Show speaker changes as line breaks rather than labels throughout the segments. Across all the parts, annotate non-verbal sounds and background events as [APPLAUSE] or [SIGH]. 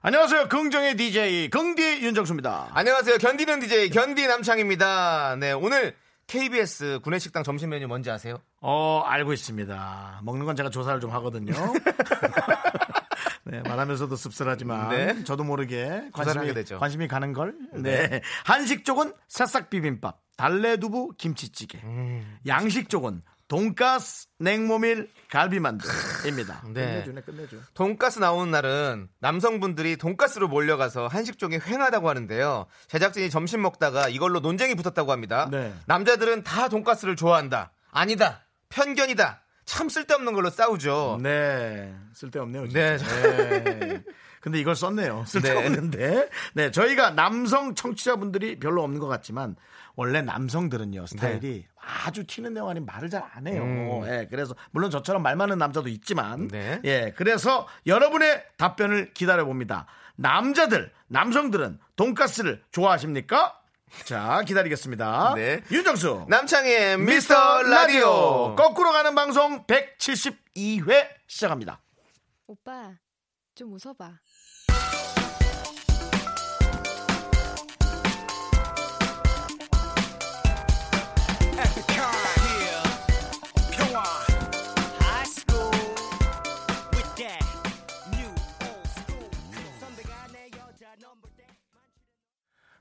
안녕하세요. 긍정의 DJ 긍디 윤정수입니다.
안녕하세요. 견디는 DJ 견디 남창입니다. 네, 오늘 KBS 구내식당 점심 메뉴 뭔지 아세요?
어 알고 있습니다. 먹는 건 제가 조사를 좀 [LAUGHS] 하거든요. 네, 말하면서도 씁쓸하지만
네.
저도 모르게
조사를
관심이,
하게 되죠.
관심이 가는 걸. 네. 한식 쪽은 새싹 비빔밥, 달래두부 김치찌개. 음. 양식 쪽은 돈가스, 냉모밀, 갈비만두입니다.
네.
끝내주네, 끝내줘.
돈가스 나오는 날은 남성분들이 돈가스로 몰려가서 한식 쪽이 횡하다고 하는데요. 제작진이 점심 먹다가 이걸로 논쟁이 붙었다고 합니다.
네.
남자들은 다 돈가스를 좋아한다. 아니다. 편견이다. 참 쓸데없는 걸로 싸우죠.
네. 쓸데없네요.
네.
진짜. 네. 근데 이걸 썼네요. 쓸데없는데. 네. 저희가 남성 청취자분들이 별로 없는 것 같지만 원래 남성들은요 스타일이
네.
아주 튀는 내용 아닌 말을 잘 안 해요. 예, 그래서 물론 저처럼 말 많은 남자도 있지만,
음. 네.
예, 그래서 여러분의 답변을 기다려 봅니다. 남자들, 남성들은 돈가스를 좋아하십니까? 자, 기다리겠습니다.
네.
윤정수,
남창희의
미스터 라디오
라디오.
거꾸로 가는 방송 172회 시작합니다.
오빠, 좀 웃어봐.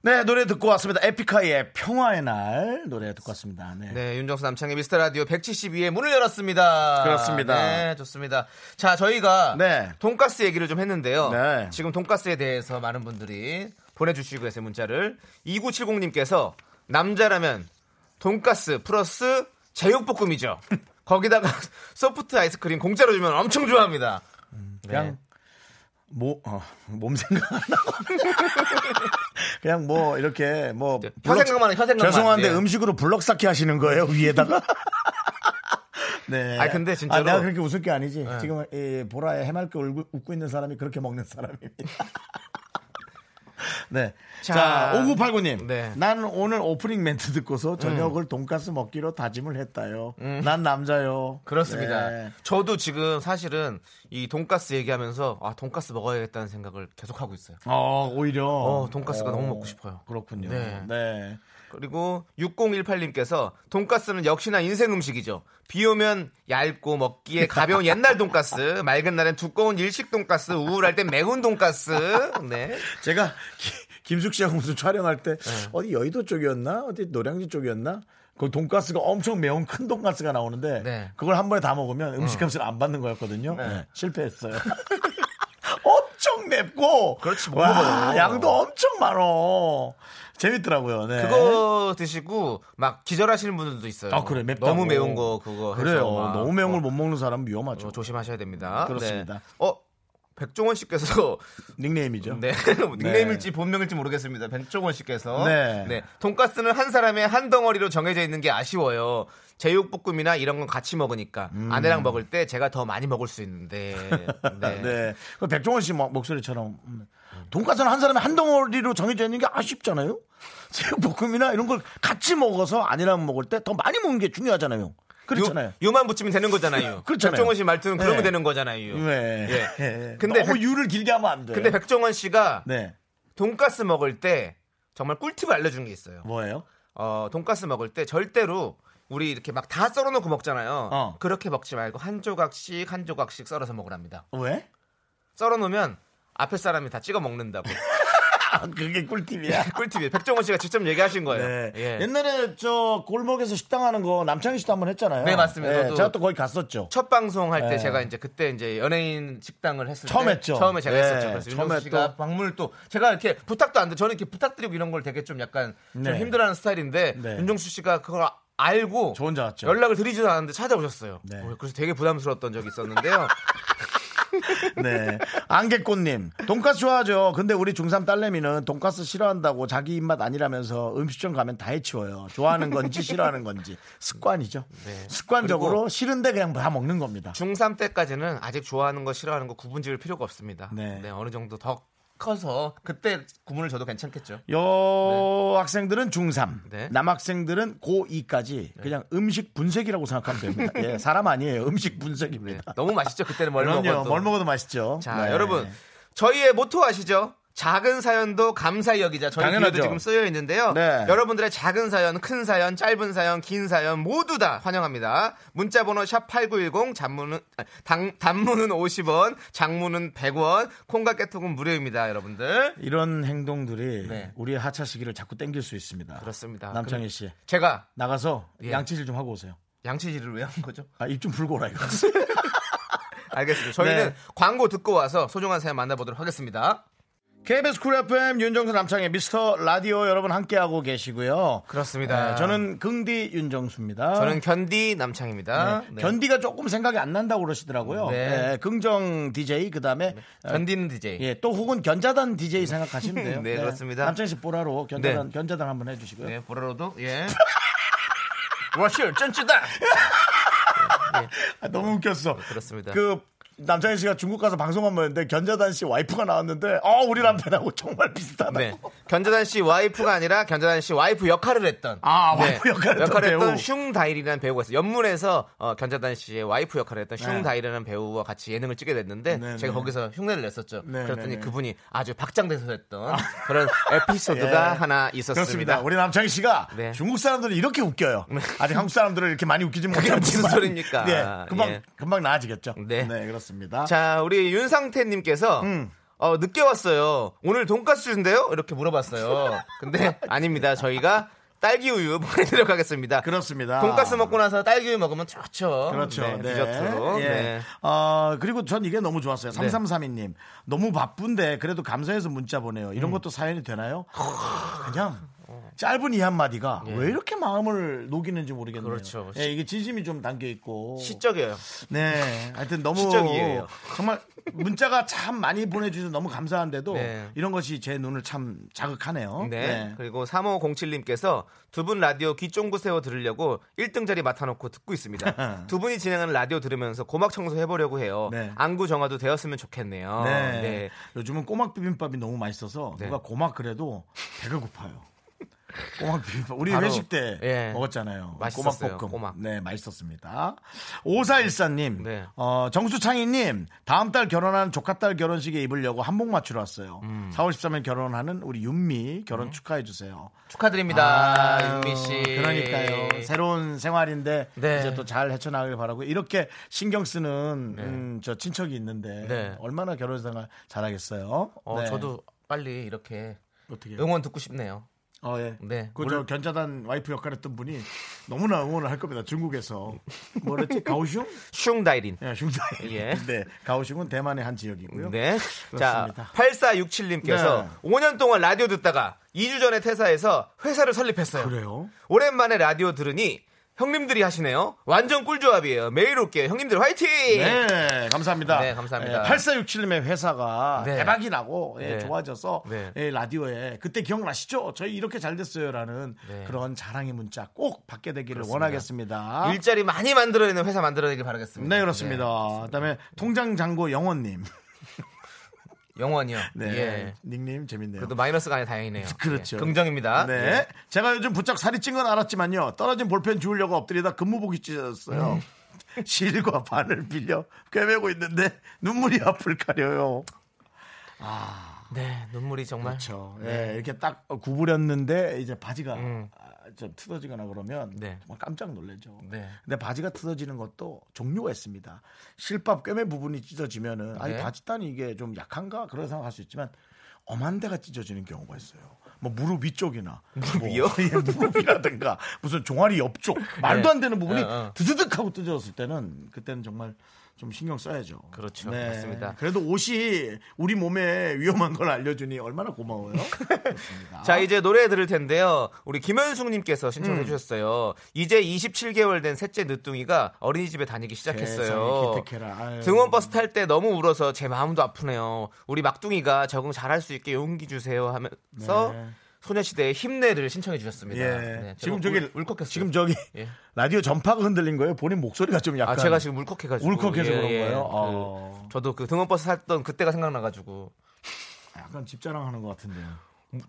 네, 노래 듣고 왔습니다. 에픽하이의 평화의 날 노래 듣고 왔습니다. 네.
네, 윤정수 남창의 미스터 라디오 172회 문을 열었습니다.
그렇습니다.
네, 좋습니다. 자, 저희가
네.
돈가스 얘기를 좀 했는데요.
네.
지금 돈가스에 대해서 많은 분들이 보내주시고 계세요, 문자를. 2970님께서 남자라면 돈가스 플러스
[LAUGHS]
제육볶음이죠. 거기다가 소프트 아이스크림 공짜로 주면 엄청 좋아합니다.
그냥 뭐, 어, 몸 생각 안 하고. [LAUGHS] 그냥 뭐, 이렇게 뭐.
네, 혀
블럭-
생각만 해, 혀 생각만.
죄송한데
예.
음식으로 블럭 쌓기 하시는 거예요, 위에다가? [LAUGHS] 네.
아니, 근데 진짜로- 네.
아, 내가 그렇게 웃을 게 아니지. 지금 이 보라에 해맑게 울고, 웃고 있는 사람이 [LAUGHS] 그렇게 먹는 사람입니다. 네.
자,
자, 5989님.
네. 음.
난 오늘 오프닝 멘트 듣고서 저녁을 돈가스 먹기로 다짐을 했다요. 난 남자요.
그렇습니다.
네.
저도 지금 사실은 이 돈가스 얘기하면서 아, 돈가스 먹어야겠다는 생각을 계속하고 있어요.
어, 오히려.
어, 돈가스가 너무 먹고 싶어요.
그렇군요.
네.
네.
그리고 6018님께서 돈가스는 역시나 인생 음식이죠. 비 오면 얇고 먹기에 가벼운 옛날 돈가스, 맑은 날엔 두꺼운 일식 돈가스, 우울할 땐 매운 돈가스. 네.
제가 기- 김숙 씨하고 무슨 촬영할 때 어디 여의도 쪽이었나? 어디 노량진 쪽이었나? 그 돈가스가 엄청 매운 큰 돈가스가 나오는데
네. 어.
그걸 한 번에 다 먹으면 음식값을 안 받는 거였거든요. 네, 실패했어요. [LAUGHS] 엄청 맵고
그렇지, 못
와,
먹어요.
양도 엄청 많어. 재밌더라고요. 네.
그거 드시고 막 기절하시는 분들도 있어요.
아, 그래, 맵다고.
너무 매운 거 그거 해서
그래요.
막
너무 매운 걸 못 먹는 사람은 위험하죠.
어, 조심하셔야 됩니다.
그렇습니다.
네. 어, 백종원 씨께서
닉네임이죠.
네. [LAUGHS] 닉네임일지 본명일지 모르겠습니다. 백종원 씨께서.
네.
돈가스는 한 사람의 한 덩어리로 정해져 있는 게 아쉬워요. 제육볶음이나 이런 건 같이 먹으니까 아내랑 먹을 때 제가 더 많이 먹을 수 있는데.
음. [LAUGHS] 네. 그 백종원 씨 목- 목소리처럼 음, 돈가스는 한 사람이 한 덩어리로 정해져 있는 게 아쉽잖아요. [LAUGHS] 제육볶음이나 이런 걸 같이 먹어서 아니라면 먹을 때 더 많이 먹는 게 중요하잖아요. 그렇잖아요.
요, 만 붙이면 되는 거잖아요.
[LAUGHS] 그렇잖아요.
백종원 씨 말투는 그러면
네.
되는 거잖아요.
네.
예.
[LAUGHS] 예.
근데
너무
백-
유를 길게 하면 안 돼.
근데 백종원 씨가
네.
돈가스 먹을 때 정말 꿀팁을 알려준 게 있어요.
뭐예요?
어, 돈가스 먹을 때 절대로 우리 이렇게 막 다 썰어놓고 먹잖아요.
어.
그렇게 먹지 말고 한 조각씩 한 조각씩 썰어서 먹으랍니다.
왜? [LAUGHS]
썰어놓으면 앞에 사람이 다 찍어 [LAUGHS] 먹는다고.
아, 그게
[LAUGHS]
꿀팁이야.
꿀팁이에요. 백종원 씨가 직접 얘기하신
네.
거예요. 예.
옛날에 저 골목에서 식당 하는 거 남창희 씨도 한번 했잖아요.
네, 맞습니다. 저도-
제가 또 거기 갔었죠.
첫 방송 할 때
네.
제가 이제 그때 이제 연예인 식당을 했을 때
처음 했죠.
처음에 제가
네.
했었죠. 그래서
처음에
윤정수 씨가
또-
방문을 또 제가 이렇게 부탁도 안 돼. 저는 이렇게 부탁드리고 이런 걸 되게 좀 약간 좀
네.
힘들어하는 스타일인데
네.
윤정수 씨가 그걸 아- 알고
저 혼자 왔죠.
연락을 드리지도 않았는데 찾아오셨어요.
네.
[LAUGHS] 어, 그래서 되게 부담스러웠던 적이 있었는데요.
네. 안개꽃님, 돈까스 좋아하죠. 근데 우리 중3 딸내미는 돈까스 싫어한다고 자기 입맛 아니라면서 음식점 가면 다 해치워요. 좋아하는 건지 싫어하는 건지. 습관이죠.
네.
습관적으로
그리고-
싫은데 그냥 다 먹는 겁니다.
중3 때까지는 아직 좋아하는 거 싫어하는 거 구분 지을 필요가 없습니다.
네.
네. 어느 정도 더 커서 그때 구분을 줘도 괜찮겠죠.
요 학생들은 중3,
네.
남학생들은 고2까지 그냥 음식 분석이라고 생각하면 됩니다.
[LAUGHS]
예, 사람 아니에요. 음식
네.
분석입니다.
[LAUGHS] 너무 맛있죠. 그때는 뭘
그럼요.
먹어도.
뭘 먹어도 맛있죠.
자,
네.
여러분. 저희의 모토 아시죠? 작은 사연도 감사히 여기자. 저희
당연하죠.
뒤에도 지금 쓰여 있는데요.
네.
여러분들의 작은 사연, 큰 사연, 짧은 사연, 긴 사연 모두 다 환영합니다. 문자 번호 샵 8910 단문은 아, 당- 단문은 50원, 장문은 100원, 콩과 깨톡은 무료입니다, 여러분들.
이런 행동들이
네.
우리의 하차 시기를 자꾸 땡길 수 있습니다.
그렇습니다.
남창희
그럼
씨
제가
나가서
예.
양치질 좀 하고 오세요.
양치질을 왜 한 거죠? [LAUGHS]
아, 입 좀 불고 오라 이거. [LAUGHS]
알겠습니다. 저희는
네.
광고 듣고 와서 소중한 사연 만나보도록 하겠습니다.
KBS 쿨 FM 윤정수 남창희 미스터 라디오 여러분 함께하고 계시고요.
그렇습니다.
네, 저는 긍디 윤정수입니다.
아, 저는 견디 남창입니다.
네,
네.
견디가 조금 생각이 안 난다고 그러시더라고요.
네.
네, 긍정 DJ 그다음에 어,
견디는 DJ.
예, 또 혹은 견자단 DJ 생각하시면 돼요.
[LAUGHS] 네, 그렇습니다.
남창희 씨 보라로 견자단
네.
견자단 한번 해 주시고요.
네, 보라로도 예. 러시아 쩐치다.
아, [LAUGHS] 너무 웃겼어.
네, 그렇습니다.
그 남창희 씨가 중국 가서 방송 한번 했는데 견자단 씨 와이프가 나왔는데 어 우리 남편하고 정말 비슷하다.
네. 견자단 씨 와이프가 아니라 견자단 씨 와이프 역할을 했던
아,
네.
와이프 역할을 했던 배우.
슝 다일이라는 배우가 있어요. 연문에서 어, 견자단 씨의 와이프 역할을 했던 슝 다일이라는 배우와 같이 예능을 찍게 됐는데
네,
제가
네.
거기서 흉내를 냈었죠.
네,
그랬더니
네, 네.
그분이 아주 박장대소 했던
[LAUGHS]
그런 에피소드가
예. 그렇습니다.
하나 있었습니다.
우리 남창희 씨가
네.
중국 사람들은 이렇게 웃겨요. 아직 한국 사람들을 이렇게 많이 웃기지 못하지만
무슨 소리입니까?
네, 금방
예.
금방 나아지겠죠. 네,
네.
그렇습니다.
자, 우리 윤상태님께서
음.
어, 늦게 왔어요. 오늘 돈가스 주신대요? 이렇게 물어봤어요.
[LAUGHS]
근데 아닙니다. 저희가 딸기 우유 보내드리도록 하겠습니다.
그렇습니다.
돈가스 먹고 나서 딸기 우유 먹으면 좋죠.
그렇죠.
네,
네.
디저트로.
예.
네.
어, 그리고 전 이게 너무 좋았어요. 3332님. 너무 바쁜데 그래도 감사해서 문자 보내요.
음.
이런 것도 사연이 되나요? 그냥 짧은 이 한마디가 왜 이렇게 마음을 녹이는지 모르겠네요.
예. 그렇죠.
예, 이게 진심이 좀 담겨 있고.
시적이에요.
네. 하여튼 너무
시적이에요.
정말 문자가 참 많이 보내주셔서 너무 감사한데도
네.
이런 것이 제 눈을 참 자극하네요.
네.
네.
그리고 3507님께서 두 분 라디오 귀쫑구 세워 들으려고 1등 자리 맡아놓고
[LAUGHS]
듣고 있습니다. 두 분이 진행하는 라디오 들으면서 고막 청소해보려고 해요.
네.
안구 정화도 되었으면 좋겠네요.
네.
네.
요즘은 꼬막 비빔밥이 너무 맛있어서
네.
누가 꼬막 그래도 배가 고파요. 꼬막 비빔밥 우리
바로,
회식 때
예.
먹었잖아요.
맛있었어요,
꼬막볶음.
꼬막.
네, 맛있었습니다. 오사일사님,
네.
어, 정수창희님, 다음 달 결혼하는 조카딸 결혼식에 입으려고 한복 맞추러 왔어요.
음.
4월 13일 결혼하는 우리 윤미 결혼 축하해 주세요.
축하드립니다.
아유,
윤미 씨.
그러니까요. 새로운 생활인데
네.
이제 또 잘 헤쳐나가길 바라고 이렇게 신경 쓰는 음, 저 친척이 있는데
네.
얼마나 결혼 생활 잘하겠어요.
어,
네. 예.
저도 빨리 이렇게
어떻게?
응원 듣고 싶네요.
어, 예.
네.
그저 견자단 와이프 역할했던 분이 너무나 응원을 할 겁니다. 중국에서 뭐랬지? 가오슝?
슝다이린.
예, 슝다이.
예.
네, 가오슝은 대만의 한 지역이고요. [LAUGHS]
네. 자,
그렇습니다.
8467님께서
네.
5년 동안 라디오 듣다가 2주 전에 퇴사해서 회사를 설립했어요.
그래요?
오랜만에 라디오 들으니 형님들이 하시네요. 완전 꿀조합이에요. 매일 올게요. 형님들 화이팅!
네, 감사합니다.
예. 네, 감사합니다.
8467님의 회사가
네.
대박이 나고 예,
네.
좋아져서
네.
예, 라디오에 그때 기억나시죠? 저희 이렇게 잘 됐어요라는
네.
그런 자랑의 문자 꼭 받게 되기를 원하겠습니다.
일자리 많이 만들어내는 회사 만들어내길 바라겠습니다.
네, 그렇습니다. 그다음에 통장 잔고 영원님.
네. 영원이요.
네.
예.
닉네임 재밌네요.
그래도 마이너스가 아니라 다행이네요.
[LAUGHS] 그렇죠.
예. 긍정입니다.
네.
예.
제가 요즘 부쩍 살이 찐 건 알았지만요. 떨어진 볼펜 주우려고 엎드리다 근무복이 찢어졌어요.
음.
[LAUGHS] 실과 반을 빌려 꿰매고 있는데 눈물이 앞을 가려요.
네, 눈물이 정말. 네.
그렇죠. 예, 이렇게 딱 구부렸는데 이제 바지가 아, 좀 틀어지거나 그러면
음. 네.
정말 깜짝 놀라죠.
네.
근데 바지가 틀어지는 것도 종류가 있습니다. 실밥 꿰매 부분이 찢어지면은 아니
네.
바지단이 이게 좀 약한가 그런 생각할 수 있지만 엄한 데가 찢어지는 경우가 있어요. 뭐 무릎 위쪽이나 무릎
위요?
예, 무릎이라든가 무슨 종아리 옆쪽 말도
네.
안 되는 부분이
어, 어.
드드득 하고 뜯어졌을 때는 그때는 정말 좀 신경 써야죠.
그렇죠. 맞습니다.
네. 그래도 옷이 우리 몸에 위험한 걸 알려주니 얼마나
[LAUGHS]
고마워요. 그렇습니다.
자 이제 노래 들을 텐데요. 우리 김현숙님께서
음.
신청해 주셨어요. 이제 27개월 된 셋째 늦둥이가 어린이집에 다니기
세상에,
시작했어요.
기특해라. 아유.
등원버스 탈 때 너무 울어서 제 마음도 아프네요. 우리 막둥이가 적응 잘할 수 있게 용기 주세요 하면서
네.
소녀시대의 힘내를 신청해 주셨습니다.
예.
네, 제가
지금 저기
울, 컥했어요
지금 저기
예.
라디오 전파가 흔들린 거예요. 본인 목소리가 좀 약간
아 제가 지금 울컥해가지고
울컥해서
예,
그런
예.
거예요?
그
어.
저도 그 등원버스 탔던 그때가 생각나가지고
약간 집자랑하는 것 같은데요.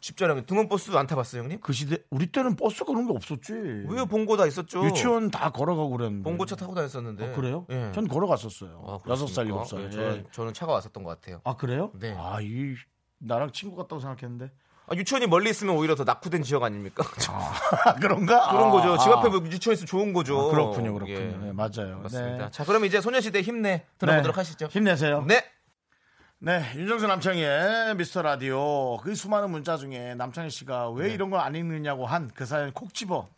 집자랑 등원버스 안 타봤어요 형님?
그 시대 우리 때는 버스 그런 게 없었지.
왜 봉고 다 있었죠?
예. 유치원 다 걸어가고 그랬는데.
봉고차 타고 다녔었는데.
아, 그래요?
예.
전
아,
걸어갔었어요.
그렇습니까?
여섯 살 일곱 살.
예,
예.
저는, 저는 차가 왔었던 것 같아요.
아 그래요?
네.
아이 나랑 친구 같다고 생각했는데. [LAUGHS]
아, 유치원이 멀리 있으면 오히려 더 낙후된 지역 아닙니까? [LAUGHS]
아, 그런가?
그런
아,
거죠. 집
아.
앞에 뭐 유치원 있으면 좋은 거죠.
아, 그렇군요, 그렇군요.
예.
네, 맞아요.
맞습니다.
네.
자, 그럼 이제 소녀시대 힘내 들어보도록
네.
하시죠.
힘내세요.
네.
네, 윤정수 남창희의 미스터 라디오. 그 수많은 문자 중에 남창희 씨가 왜
네.
이런 걸 안 읽느냐고 한 그 사연 콕 집어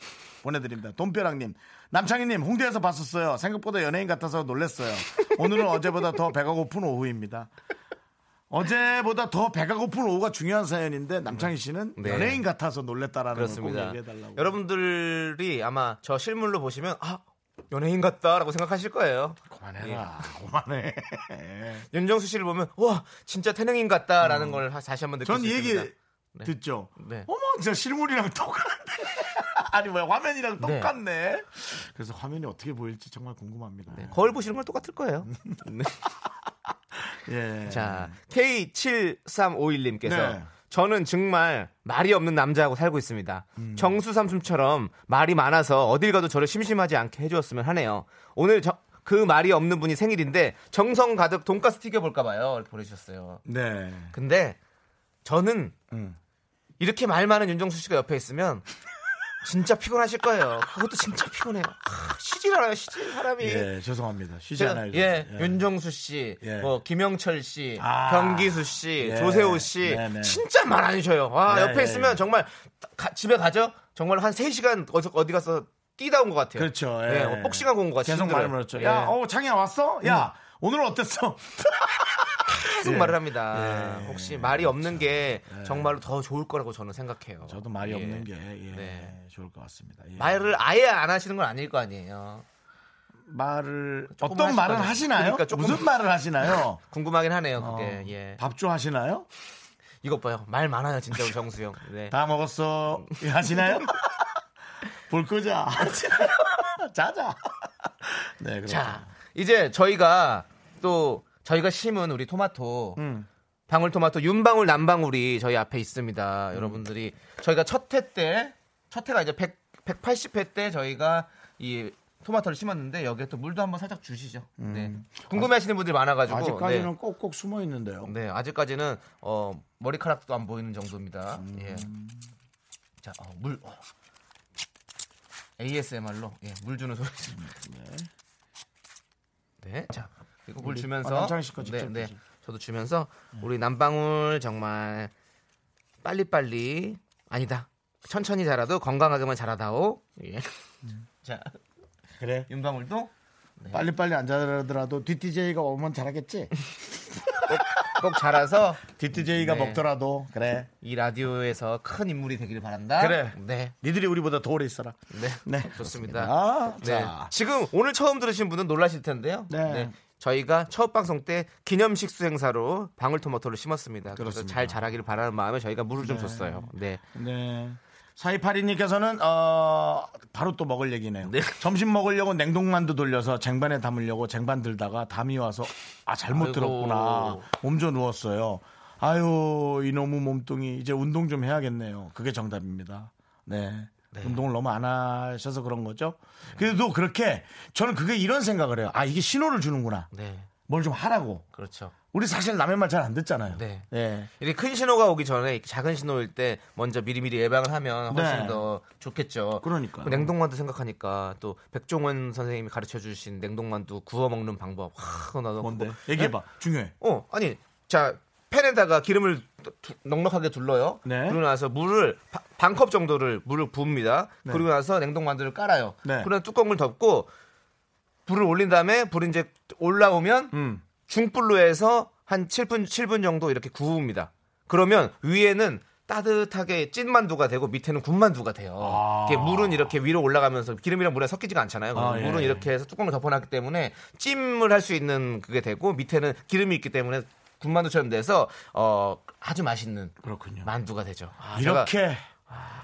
보내드립니다. 돈벼락님. 남창희님, 홍대에서 봤었어요. 생각보다 연예인 같아서 놀랬어요. 오늘은 어제보다 더 배가 고픈 오후입니다. 어제보다 더 배가 고픈 오후가 중요한 사연인데 남창희 씨는
네.
연예인 같아서 놀랬다라는 걸꼭
그렇습니다.
얘기해달라고.
여러분들이 아마 저 실물로 보시면 아 연예인 같다라고 생각하실 거예요. 네,
그만해라. 그만해.
윤정수 씨를 보면 와 진짜 태능인 같다라는 걸 다시 한번 느낄
음. 전
수
이 얘기
있습니다.
듣죠.
네.
어머, 진짜 실물이랑 똑같네. [LAUGHS] 아니 뭐야 화면이랑
네.
똑같네. 그래서 화면이 어떻게 보일지 정말 궁금합니다.
네, 거울 보시는 건
[LAUGHS]
똑같을 거예요. 네.
예.
자, K7351님께서
네.
저는 정말 말이 없는 남자하고 살고 있습니다.
음.
정수 삼순처럼 말이 많아서 어딜 가도 저를 심심하지 않게 해주었으면 하네요. 오늘 저- 그 말이 없는 분이 생일인데 정성 가득 돈가스 튀겨볼까봐요. 이렇게 보내주셨어요.
네.
근데 저는
음.
이렇게 말 많은 윤정수 씨가 옆에 있으면 진짜 피곤하실 거예요. 그것도 진짜 피곤해요. 아, 쉬질 않아요, 쉬질 사람이.
예, 죄송합니다. 쉬지
제가-
않아요.
예,
저는.
윤정수 씨,
예.
뭐 김영철 씨,
아.
경기수 씨,
예.
조세호 씨,
네, 네.
진짜 말 안 쉬어요. 와
네,
옆에
네,
있으면
네.
정말 가- 집에 가죠. 정말 한 3시간 어디, 어디 가서 뛰다 온 것 같아요.
그렇죠.
예,
예.
뭐 복싱하고 온 것 같아요. 예. 음.
계속 말을 물었죠. 야, 어, 창이야 왔어? 야, 오늘은 어땠어? [LAUGHS]
계속
예.
말을 합니다.
예.
혹시 말이 없는 게 정말로 더 좋을 거라고 저는 생각해요.
저도 말이
예.
없는 게 예,
네.
좋을 것 같습니다. 예.
말을 아예 안 하시는 건 아닐 거 아니에요.
말을
조금
어떤 말을
하실
하시나요?
거니까 그러니까 조금-
무슨 말을 하시나요?
궁금하긴 하네요. 그게
어,
[LAUGHS] 예.
밥주 하시나요?
이것 봐요. 말 많아요, 진짜 우리 정수 형. 네.
다 먹었어 [LAUGHS] 하시나요? 불 [LAUGHS] 끄자 하시나요? 자자 네 그렇죠
자, 이제 저희가 또 저희가 심은 우리 토마토
음.
방울토마토 윤방울 남방울이 저희 앞에 있습니다.
음.
여러분들이 저희가 첫 해 때, 첫 해가 이제 100, 180회 때 저희가 이 토마토를 심었는데 여기에 또 물도 한번 살짝 주시죠. 네. 궁금해하시는 분들이 많아가지고
음. 아직까지는 꼭꼭 숨어 있는데요
네, 네, 아직까지는 어, 머리카락도 안 보이는 정도입니다.
음.
예. 자, 어, 물 어. ASMR로 예, 물 주는 소리. 네, 자 이거 물
우리-
주면서
아, 남창희 씨거
네,
직접
네,
드시죠. 음.
저도 주면서 우리 남방울 정말 빨리 빨리 아니다 천천히 자라도 건강하게만 자라다오. 예. 자
음. 그래
윤방울도
네. 빨리빨리 안 자라더라도 뒷DJ가 오면 [LAUGHS] 잘하겠지
꼭
[LAUGHS]
자라서
뒷DJ가
네.
먹더라도 그래
이 라디오에서 큰 인물이 되기를 바란다.
그래.
네,
니들이 우리보다 더 오래 있어라
네,
네
좋습니다.
아,
네.
자
지금 오늘 처음 들으신 분은 놀라실 텐데요.
네.
네. 저희가 첫 방송 때 기념식 수행사로 방울토마토를 심었습니다. 그래서
그렇습니다.
잘 자라기를 바라는 마음에 저희가 물을 좀 줬어요. 네.
네. 사이파리님께서는 어 바로 또 먹을 얘기네요.
네.
점심 먹으려고 냉동만두 돌려서 쟁반에 담으려고 쟁반 들다가 담이 와서 아 잘못
아이고.
들었구나 몸져 누웠어요. 아유 이놈의 몸뚱이 이제 운동 좀 해야겠네요. 그게 정답입니다. 네. 운동을 너무 안 하셔서 그런 거죠. 그래도 그렇게 저는 그게 이런 생각을 해요. 아 이게 신호를 주는구나.
네.
뭘 좀 하라고.
그렇죠.
우리 사실 남의 말 잘 안 듣잖아요.
네.
네.
이렇게 큰 신호가 오기 전에 이렇게 작은 신호일 때 먼저 미리미리 예방을 하면 훨씬
네.
더 좋겠죠.
그러니까요.
그 냉동만두 생각하니까 또 백종원 선생님이 가르쳐 주신 냉동만두 구워 먹는 방법. 와, 그거 나도
뭔데?
그거-
얘기해봐. 중요해.
어, 아니, 자, 팬에다가 기름을 두- 넉넉하게 둘러요.
네.
그리고 나서 물을 바- 반컵 정도를 물을 부읍니다. 그리고 나서 냉동 만두를 깔아요.
네.
그리고 나서 뚜껑을 덮고 불을 올린 다음에 불이 이제 올라오면
음.
중불로 해서 한 7분 7분 정도 이렇게 구웁니다. 그러면 위에는 따뜻하게 찐 만두가 되고 밑에는 군만두가 돼요.
아.
이게 물은 이렇게 위로 올라가면서 기름이랑 물에 섞이지가 않잖아요.
예.
그래서 물은 이렇게 해서 뚜껑을 덮어놨기 때문에 찜을 할 수 있는 그게 되고 밑에는 기름이 있기 때문에 군만두처럼 돼서 어 아주 맛있는
그렇군요.
만두가 되죠. 아, 제가-
이렇게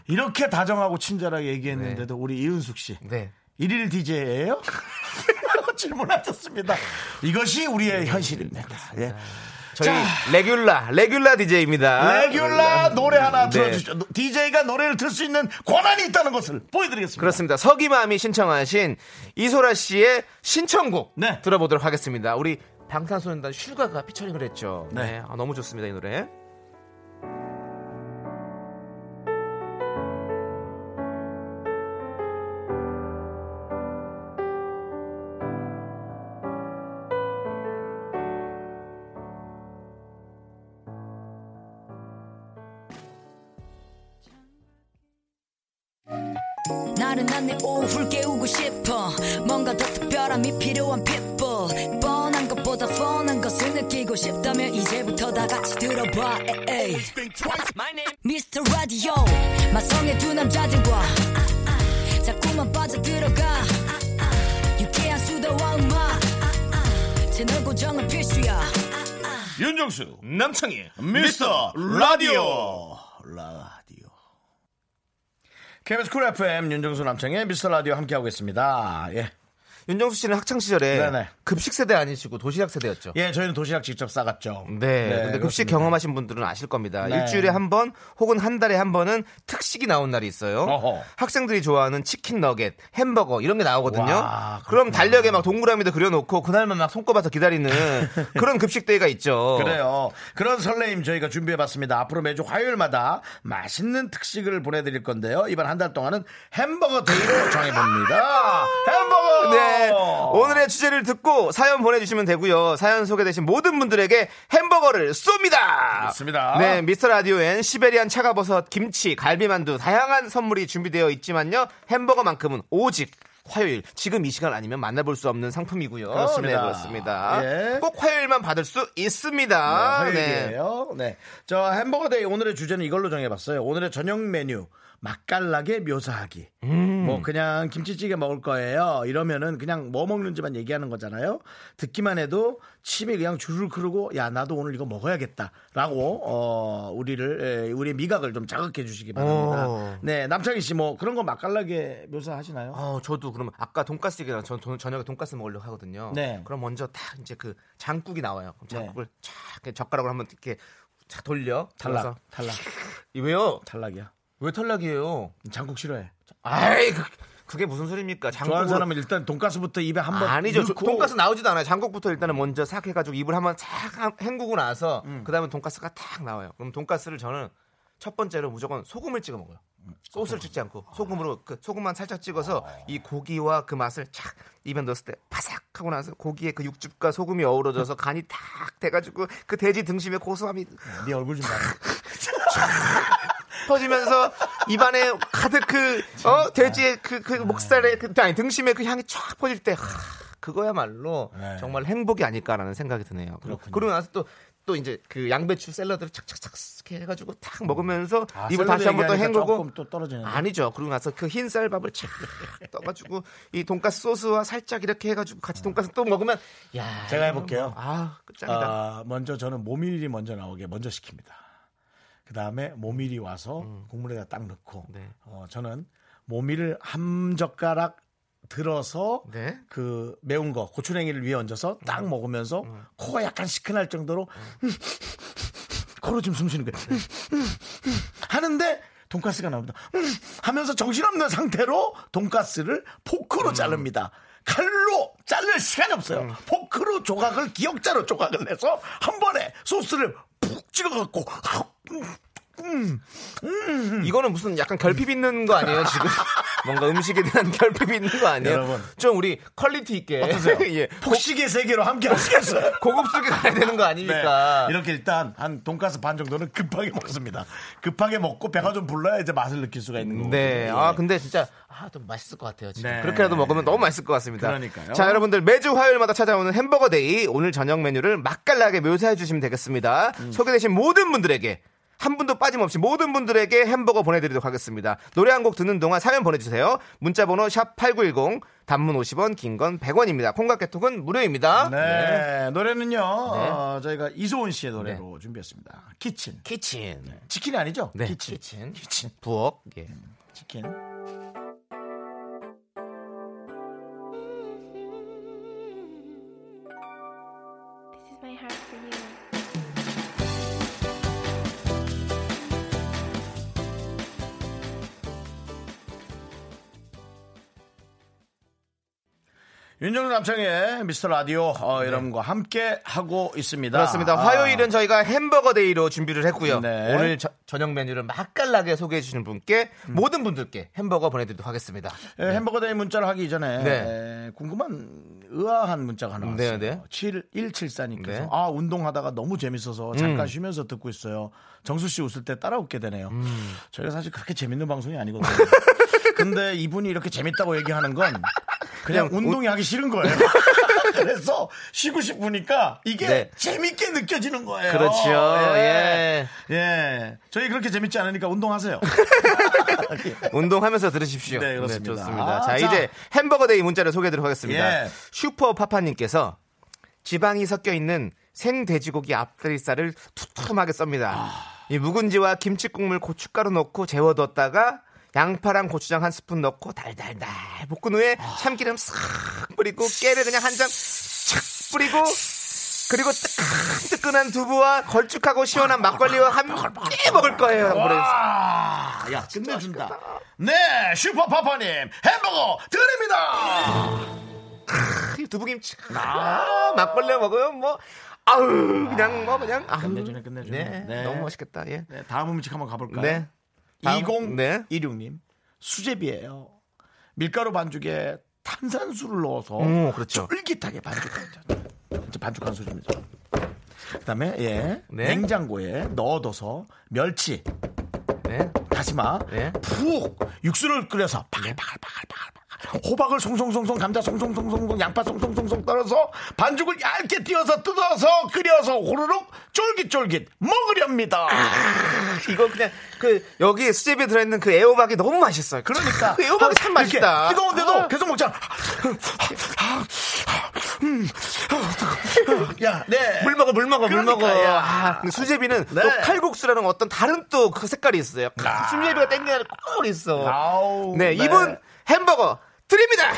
이렇게 다정하고 친절하게 얘기했는데도 우리 이은숙 씨
네.
일일 DJ예요? [LAUGHS] 질문하셨습니다. 이것이 우리의 현실입니다. 예.
저희 레귤라 레귤라
아,
DJ입니다.
레귤라 노래 하나
네.
들어주죠. DJ가 노래를 들 수 있는 권한이 있다는 것을 보여드리겠습니다.
그렇습니다. 서기맘이 신청하신 이소라 씨의 신청곡
네.
들어보도록 하겠습니다. 우리 방탄소년단 슈가가 피처링을 했죠.
네.
네. 아, 너무 좋습니다 이 노래.
나른한 내 오후를 깨우고 싶어 뭔가 더 특별함이 필요한 people 뻔한 것보다 뻔한 것을 느끼고 싶다면 이제부터 다 같이 들어봐 에이. Mr. Radio 마성의 두 남자들과 자꾸만 빠져들어가 유쾌한 수다와 음악 채널 고정은 필수야
윤정수 남창희 미스터 라디오 라디오 KBS 쿨 FM 윤정수 남창희 미스터 라디오 함께하고 있습니다. 예.
윤정수 씨는 학창 시절에
네네.
급식 세대 아니시고 도시락 세대였죠.
예, 저희는 도시락 직접 싸갔죠.
네, 근데 급식
그렇습니다.
경험하신 분들은 아실 겁니다.
네.
일주일에 한 번 혹은 한 달에 한 번은 특식이 나온 날이 있어요.
어허.
학생들이 좋아하는 치킨 너겟, 햄버거 이런 게 나오거든요.
와,
그럼 달력에 막 동그라미도 그려놓고 그날만 막 손꼽아서
[LAUGHS]
기다리는 그런 급식 데이가 있죠.
그래요. 그런 설레임 저희가 준비해봤습니다. 앞으로 매주 화요일마다 맛있는 특식을 보내드릴 건데요. 이번 한 달 동안은 햄버거 데이로 정해봅니다. 햄버거!
네.
어.
오늘의 주제를 듣고 사연 보내주시면 되고요. 사연 소개되신 모든 분들에게 햄버거를 쏩니다.
그렇습니다.
네. 미스터 라디오엔 시베리안 차가버섯, 김치, 갈비만두 다양한 선물이 준비되어 있지만요. 햄버거만큼은 오직 화요일 지금 이 시간 아니면 만나볼 수 없는 상품이고요.
그렇습니다.
네, 그렇습니다.
예. 네,
꼭 화요일만 받을 수 있습니다.
화요일이에요. 네. 저 햄버거 데이 오늘의 주제는 이걸로 정해봤어요. 오늘의 저녁 메뉴. 맛깔나게 묘사하기.
음.
뭐 그냥 김치찌개 먹을 거예요. 이러면은 그냥 뭐 먹는지만 얘기하는 거잖아요. 듣기만 해도 침이 그냥 줄줄 흐르고 야 나도 오늘 이거 먹어야겠다라고 어 우리를 에, 우리의 미각을 좀 자극해 주시기 바랍니다.
오.
네 남창희 씨 뭐 그런 거 맛깔나게 묘사하시나요?
어, 저도 그럼 아까 돈가스 얘기랑 전 돈- 저녁에 돈가스 먹으려고 하거든요.
네.
그럼 먼저 딱 이제 그 장국이 나와요. 그럼
네.
장국을 촥 이렇게 젓가락으로 한번 이렇게 쫙 돌려.
탈락
돌려서.
탈락
이 왜요?
탈락이야.
왜 탈락이에요?
장국 싫어해.
아이 그, 게 무슨 소리입니까? 장국
좋아하는 사람은 일단 돈가스부터 입에 한번
아니죠. 저-
넣고
돈가스 나오지도 않아요. 장국부터 일단은 먼저 싹 해가지고 입을 한번 싹 한- 헹구고 나서 그다음에 돈가스가 탁 나와요. 그럼 돈가스를 저는 첫 번째로 무조건 소금을 찍어 먹어요. 소스를 찍지 않고 소금으로 그 소금만 살짝 찍어서
아.
이 고기와 그 맛을 착 입에 넣었을 때 바삭하고 나서 고기에 그 육즙과 소금이 어우러져서 간이 탁 돼가지고 그 돼지 등심의 고소함이
네 얼굴 좀 봐.
퍼지면서 입안에 가득 그, 어, 돼지의 그, 그 목살의, 그, 아니, 등심의 그 향이 쫙 퍼질 때, 하, 그거야말로
네.
정말 행복이 아닐까라는 생각이 드네요.
그렇군요.
그러고 나서 또, 또 이제 그 양배추 샐러드를 착착착 이렇게 해가지고 탁 먹으면서
아,
입을 다시 한번
샐러드
또
얘기하니까
헹구고
조금 또 떨어지네.
아니죠. 그러고 나서 그 흰쌀밥을 착 떠가지고 이 돈가스 소스와 살짝 이렇게 해가지고 같이 돈가스 또 먹으면 야
제가 해볼게요.
아 끝장이다.
아, 먼저 저는 모밀이 먼저 나오게 먼저 시킵니다. 그 다음에 모밀이 와서 국물에다 딱 넣고
네.
어, 저는 모밀을 한 젓가락 들어서
네.
그 매운 거 고추냉이를 위에 얹어서 딱 먹으면서 코가 약간 시큰할 정도로 [LAUGHS] 코로 지금 숨 쉬는 거예요. 하는데 돈가스가 나옵니다. 음, 하면서 정신없는 상태로 돈가스를 포크로 자릅니다. 칼로 자를 시간이 없어요. 포크로 조각을 기억자로 조각을 내서 한 번에 소스를 푹 찍어갖고
이거는 무슨 약간 결핍 있는 거 아니에요
[LAUGHS]
지금? 뭔가 음식에 대한 결핍 있는 거 아니에요?
여러분.
좀 우리 퀄리티 있게
어떠세요?
[LAUGHS] 예.
폭식의 세계로 함께 하시겠어요?
고급스럽게 가야 되는 거 아닙니까?
네. 이렇게 일단 한 돈가스 반 정도는 [LAUGHS] 급하게 먹습니다. 급하게 먹고 배가 좀 불러야 이제 맛을 느낄 수가 있는 거고.
네. 아, 근데 진짜, 아, 좀 맛있을 것 같아요, 지금.
예. 네.
그렇게라도 먹으면 너무 맛있을 것 같습니다.
그러니까요.
자, 여러분들 매주 화요일마다 찾아오는 햄버거 데이, 오늘 저녁 메뉴를 맛깔나게 묘사해 주시면 되겠습니다.
음.
소개되신 모든 분들에게, 한 분도 빠짐없이 모든 분들에게 햄버거 보내드리도록 하겠습니다. 노래 한 곡 듣는 동안 사연 보내주세요. 문자번호 샵8910, 단문 50원, 긴 건 100원입니다. 콩각개톡은 무료입니다. 예.
네, 노래는요. 어, 저희가 이소은 씨의 노래로 준비했습니다. 키친.
키친.
치킨이 아니죠?
네.
키친.
키친.
키친.
부엌. 예.
치킨.
This is my heart for you.
윤정수 남창의 미스터 라디오 어, 여러분과 함께 하고 있습니다.
네. 그렇습니다.
아,
화요일은 저희가 햄버거 데이로 준비를 했고요.
네.
오늘 저- 저녁 메뉴를 맛깔나게 소개해 주시는 분께
음.
모든 분들께 햄버거 보내드리도록 하겠습니다.
예, 햄버거 데이 문자를 하기 전에
네.
예, 궁금한 의아한 문자가 하나
네,
왔어요.
네.
7174님께서
네. 음.
아 운동하다가 너무 재밌어서 잠깐 쉬면서 듣고 있어요. 정수 씨 웃을 때 따라 웃게 되네요.
음.
저희가 사실 그렇게 재밌는 방송이 아니거든요. [LAUGHS] 근데 이분이 이렇게 재밌다고 얘기하는 건 그냥
그냥
운동이 하기 싫은
[LAUGHS]
거예요. 그래서 쉬고 싶으니까 이게
네.
재밌게 느껴지는 거예요.
그렇죠. 예.
예. 저희 그렇게 재밌지 않으니까
[LAUGHS]
운동하세요.
운동하면서 들으십시오.
네, 그렇습니다.
좋습니다.
아,
자,
자.
이제 햄버거 데이 문자를 소개해 드리도록 하겠습니다.
예.
슈퍼 파파님께서 지방이 섞여 있는 생 돼지고기 앞다리살을 투툼하게 썹니다.
아.
이 묵은지와 김치 국물 고춧가루 넣고 재워뒀다가 양파랑 고추장 한 스푼 넣고 달달달 볶은 후에
아.
참기름 싹 뿌리고 깨를 그냥 한 장 착 뿌리고 그리고 뜨끈뜨끈한 두부와 걸쭉하고 시원한 막걸리와 함께 먹을 거예요. 라고 보내주셨습니다.
아, 야, 끝내준다. 네, 슈퍼파파님, 햄버거 드립니다!
이 두부김치. 아, 막걸리 먹으면 뭐, 아우, 그냥 뭐, 그냥. 아,
끝내주네, 끝내주네.
네,
네.
너무 맛있겠다, 예.
네, 다음 음식 한번 가볼까요?
네. 다음, 네.
2016님, 수제비예요 밀가루 반죽에 탄산수를 넣어서
오, 그렇죠.
쫄깃하게 반죽합니다. 이제 반죽한 수제입니다. 그 다음에, 예,
네.
냉장고에 넣어둬서 멸치,
네.
다시마
네.
푹 육수를 끓여서 바글바글바글바글 호박을 송송송송 감자 송송송송송 양파 송송송송 떨어서 반죽을 얇게 띄어서 뜯어서 끓여서 호로록 쫄깃쫄깃 먹으렵니다.
아, 이거 그냥, 그, 여기 수제비에 들어있는 그 애호박이 너무 맛있어요.
그러니까
그 애호박이 참
이렇게
맛있다.
뜨거운데도
아,
계속 먹자. 야, 네.
물 먹어, 물 먹어,
그러니까,
물 먹어.
야.
아, 근데 수제비는
네. 아.
또 칼국수라는 어떤 다른 또 그 색깔이 있어요. 수제비가 땡기는 꼭 있어.
아우,
네,
네.
이분 햄버거 드립니다!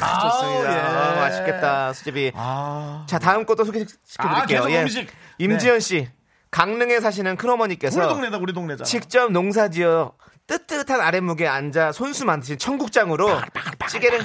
아우,
좋습니다.
예.
아, 맛있겠다, 수제비.
아,
자 다음 것도
아,
소개시켜드릴게요. 예.
계속 음식.
임지연 씨 강릉에 사시는 큰어머니께서
우리 동네다 우리 동네잖아.
직접 농사지어 뜨뜻한 아랫목에 앉아 손수 만드신 청국장으로 찌개를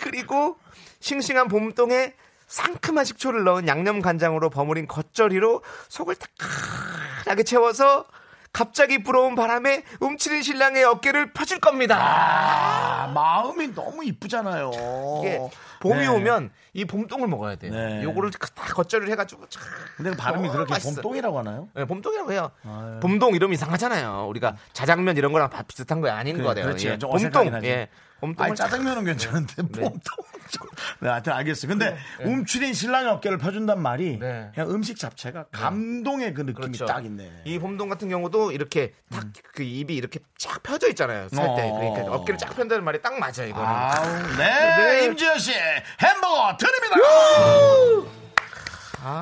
그리고 싱싱한 봄동에 상큼한 식초를 넣은 양념 간장으로 버무린 겉절이로 속을 따끈하게 채워서 갑자기 불어온 바람에 움츠린 신랑의 어깨를 펴줄 겁니다.
아, 마음이 너무 이쁘잖아요.
이게 봄이
네.
오면 이 봄동을 먹어야 돼요.
네.
요거를 다 겉절을 해가지고 참.
근데 발음이
너무
그렇게
맛있어요.
봄똥이라고 하나요?
네, 봄동이라고 해요.
아, 예.
봄동 이름 이상하잖아요. 우리가 자장면 이런 거랑 다 비슷한 거 아닌
그래,
거 같아요.
그렇지.
예.
좀 어색하긴
봄동.
하지.
예. 봄동.
아니 짜장면은 괜찮은데 봄동. 네, 하여튼 알겠어. 근데 움츠린 신랑의 어깨를 펴준단 말이
네. 그렇죠.
그냥 음식 자체가 감동의 그 느낌이 딱 있네.
이 봄동 같은 경우도 이렇게 딱 그 입이 이렇게 쫙 펴져 있잖아요. 살 때.
어.
그러니까 어깨를 쫙 편다는 말이 딱 맞아요, 이거는.
아우,
네.
네, 임지현 씨 햄버거 드립니다.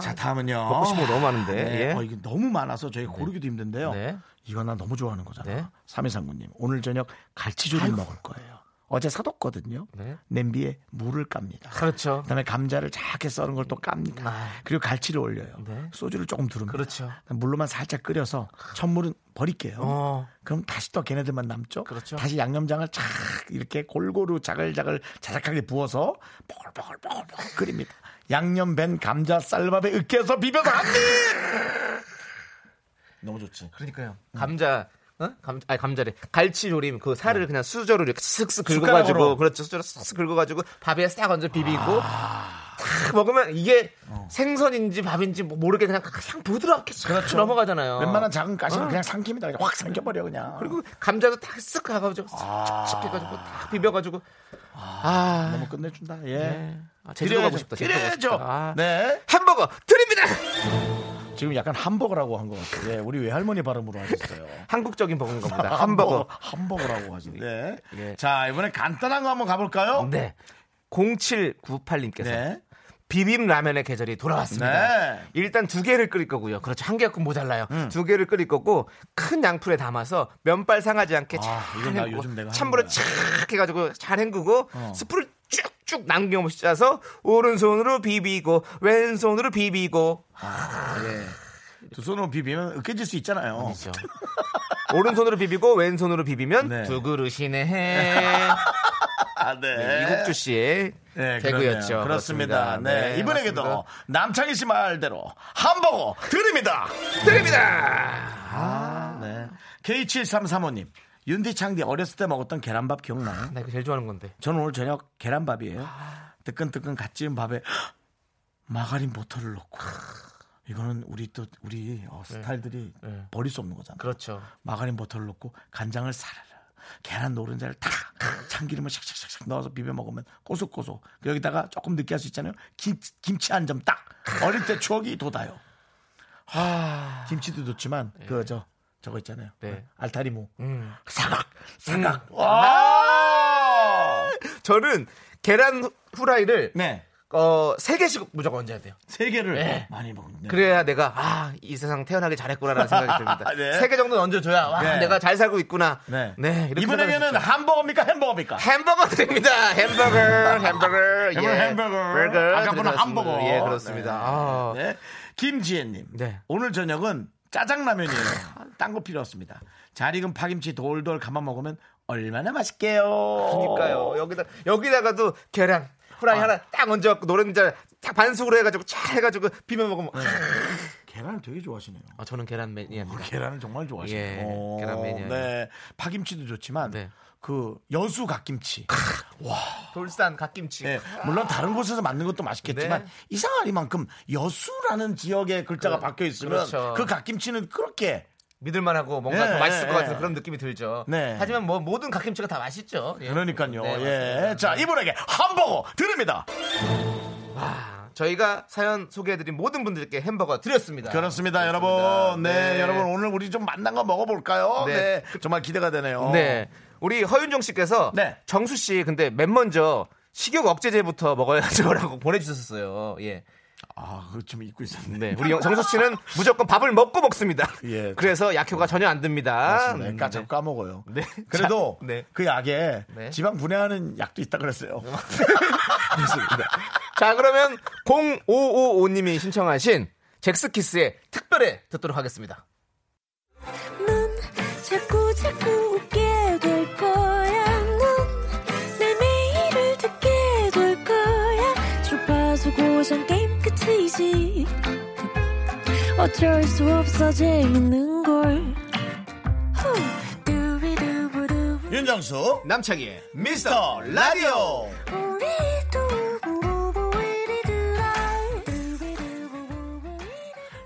자 다음은요.
먹고 싶은 거 너무 많은데.
네,
예.
어, 이게 너무 많아서 저희 고르기도 힘든데요.
네.
이건 나 너무 좋아하는
네.
거잖아. 삼 3239님, 오늘 저녁 갈치조림 먹을 거예요. 어제 사뒀거든요.
네.
냄비에 물을 깝니다.
그렇죠. 아.
그다음에 감자를 작게 썰은 걸 또 깝니다. 그리고 갈치를 올려요.
네.
소주를 조금 두릅니다.
그렇죠.
물로만 살짝 끓여서 첫물은 버릴게요.
어.
그럼 다시 또 걔네들만 남죠.
그렇죠.
다시 양념장을 착 이렇게 골고루 자글자글 자작하게 부어서 보글보글보글
[LAUGHS]
끓입니다. 양념 밴 감자 쌀밥에 으깨서 비벼서 한 입. 너무 좋지.
그러니까요.
음.
감자, 어? 감, 아니 감자래. 갈치조림 그 살을 그냥 수저로 이렇게 슥슥
네. 숟가락으로.
긁어가지고 그렇죠. 수저로 슥슥 긁어가지고 밥에 싹 얹어 비비고
아.
탁 먹으면 이게
어.
생선인지 밥인지 뭐 모르게 그냥 그냥 부드럽게 그 넘어가잖아요.
그렇죠. 웬만한 작은 가시는 그냥 삼킵니다. 그냥 확 삼켜버려 그냥.
그리고 감자도 탁쓱 가가지고 쓱 해가지고 딱 비벼가지고 아,
아. 너무 끝내준다. 예.
아, 제주도 가고 싶다. 제주도 가고
드려야죠.
싶다. 아.
네.
햄버거 드립니다.
지금 약간 함버거라고 한 것 같아요. 예, 우리 외할머니 발음으로 하셨어요.
한국적인
[LAUGHS]
버거인 겁니다.
함버거.
햄버거.
함버거라고 하죠. 네.
아, 예.
자, 이번에 간단한 거 한번 가볼까요?
네. 0798님께서
네.
비빔 라면의 계절이 돌아왔습니다.
네. 음.
일단 두 개를 끓일 거고요. 그렇죠. 한 개가 모자라요. 두 개를 끓일 거고 큰 양풀에 담아서 면발 상하지 않게
아,
잘
이건 나
헹구고
요즘 내가 하는
찬물에
거야.
착 해가지고 잘 헹구고
어.
스프를 쭉쭉 남김없이 짜서 오른손으로 비비고 왼손으로 비비고
예. 두 손으로 비비면 으깨질 수 있잖아요. [LAUGHS]
그렇죠. 오른손으로 비비고 왼손으로 비비면
네.
두 그릇이네.
아, [LAUGHS] 네.
이국주 씨의
네,
개그였죠.
그렇네요. 그렇습니다. 네. 이번에게도
맞습니다.
남창희 씨 말대로 함버거 드립니다.
드립니다.
아, 네. K7335님. 윤디 창디 어렸을 때 먹었던 계란밥 기억나요?
나 이거 네, 그 제일 좋아하는 건데.
저는 오늘 저녁 계란밥이에요.
아.
뜨끈뜨끈 갓 지은 밥에 마가린 버터를 넣고 이거는 우리 또 우리 어, 스타일들이 버릴 수 없는 거잖아요.
네. 그렇죠.
마가린 버터를 넣고 간장을 사르르 계란 노른자를 탁 참기름을 샥샥샥샥 넣어서 비벼 먹으면 고소고소 여기다가 조금 느끼할 수 있잖아요 김, 김치 한 점 딱 어릴 때 추억이 돋아요 아, 김치도 좋지만 그저 저거 있잖아요 그
네.
알타리무
음. 아!
사각 사각
저는 계란 후라이를
네세
어, 세 개씩 무조건 얹어야 돼요.
개를
네.
많이 먹는
그래야 내가 아, 이 세상 태어나길 잘했구나라는
[LAUGHS]
생각이 듭니다.
네.
세 개 정도 는 얹어 줘야 와,
네.
내가 잘 살고 있구나.
네,
이렇게
이번에는
생각했었죠.
햄버거입니까 햄버거입니까
햄버거 드립니다. 햄버거,
[LAUGHS]
햄버거,
이번엔 예, 햄버거.
예, 버거
아까 보는
드리겠습니다.
햄버거.
예, 그렇습니다.
네.
아,
네. 김지혜님.
네.
오늘 저녁은 짜장라면이에요. 딴 거 필요 없습니다. 잘 익은 파김치 돌돌 감아 먹으면 얼마나 맛있게요.
그러니까요.
어.
여기다 여기다가도 계란
아.
후라이 하나 딱 얹어 갖고 노른자 딱 반숙으로 해 가지고 잘 해가지고 비벼 먹으면
네. 계란을 되게 좋아하시네요.
아, 저는 계란 매니아입니다.
계란을 정말 좋아하시네요.
예,
오,
계란 매니아예요.
네. 파김치도 좋지만
네.
그 여수 갓김치.
돌산 갓김치.
네, 물론 다른 곳에서 만든 것도 맛있겠지만
네.
이상하리만큼 여수라는 지역에 글자가
그,
박혀 있으면
그렇죠.
그 갓김치는 그렇게
믿을만하고 뭔가
예,
더 맛있을
예,
것 같은
예.
그런 느낌이 들죠.
네.
하지만 뭐 모든 갓김치가 다 맛있죠. 예.
그러니까요.
네,
예. 자, 이분에게 햄버거 드립니다.
와, 저희가 사연 소개해드린 모든 분들께 햄버거 드렸습니다.
그렇습니다, 여러분. 네, 여러분 오늘 우리 좀 만난 거 먹어볼까요? 네,
네.
정말 기대가 되네요.
네, 우리 허윤종 씨께서
네.
정수 씨 근데 맨 먼저 식욕 억제제부터 먹어야죠라고 [LAUGHS] 보내주셨어요. 예.
아, 그거 좀 잊고 있었네.
네, 우리 정수 씨는 무조건 밥을 먹고 먹습니다.
예.
그래서 약효가 전혀 안 듭니다.
맞습니다.
음,
그러니까 자꾸 까먹어요.
네.
그래도
자, 네.
그 약에
네.
지방 분해하는 약도 있다 [LAUGHS] 그랬어요.
자, 그러면 0555님이 신청하신 잭스키스의 특별해 듣도록 하겠습니다.
넌 자꾸 자꾸 웃게 될 거야. 넌내 매일을 듣게 될 거야. 주파수 고정 게임 끝이지. 어쩔 수 없어 재밌는 걸. 후. 두비두부두.
[LAUGHS] 윤정수,
남창희의
미스터 라디오.
우리 두부부부 우리 두라. 두비두부부부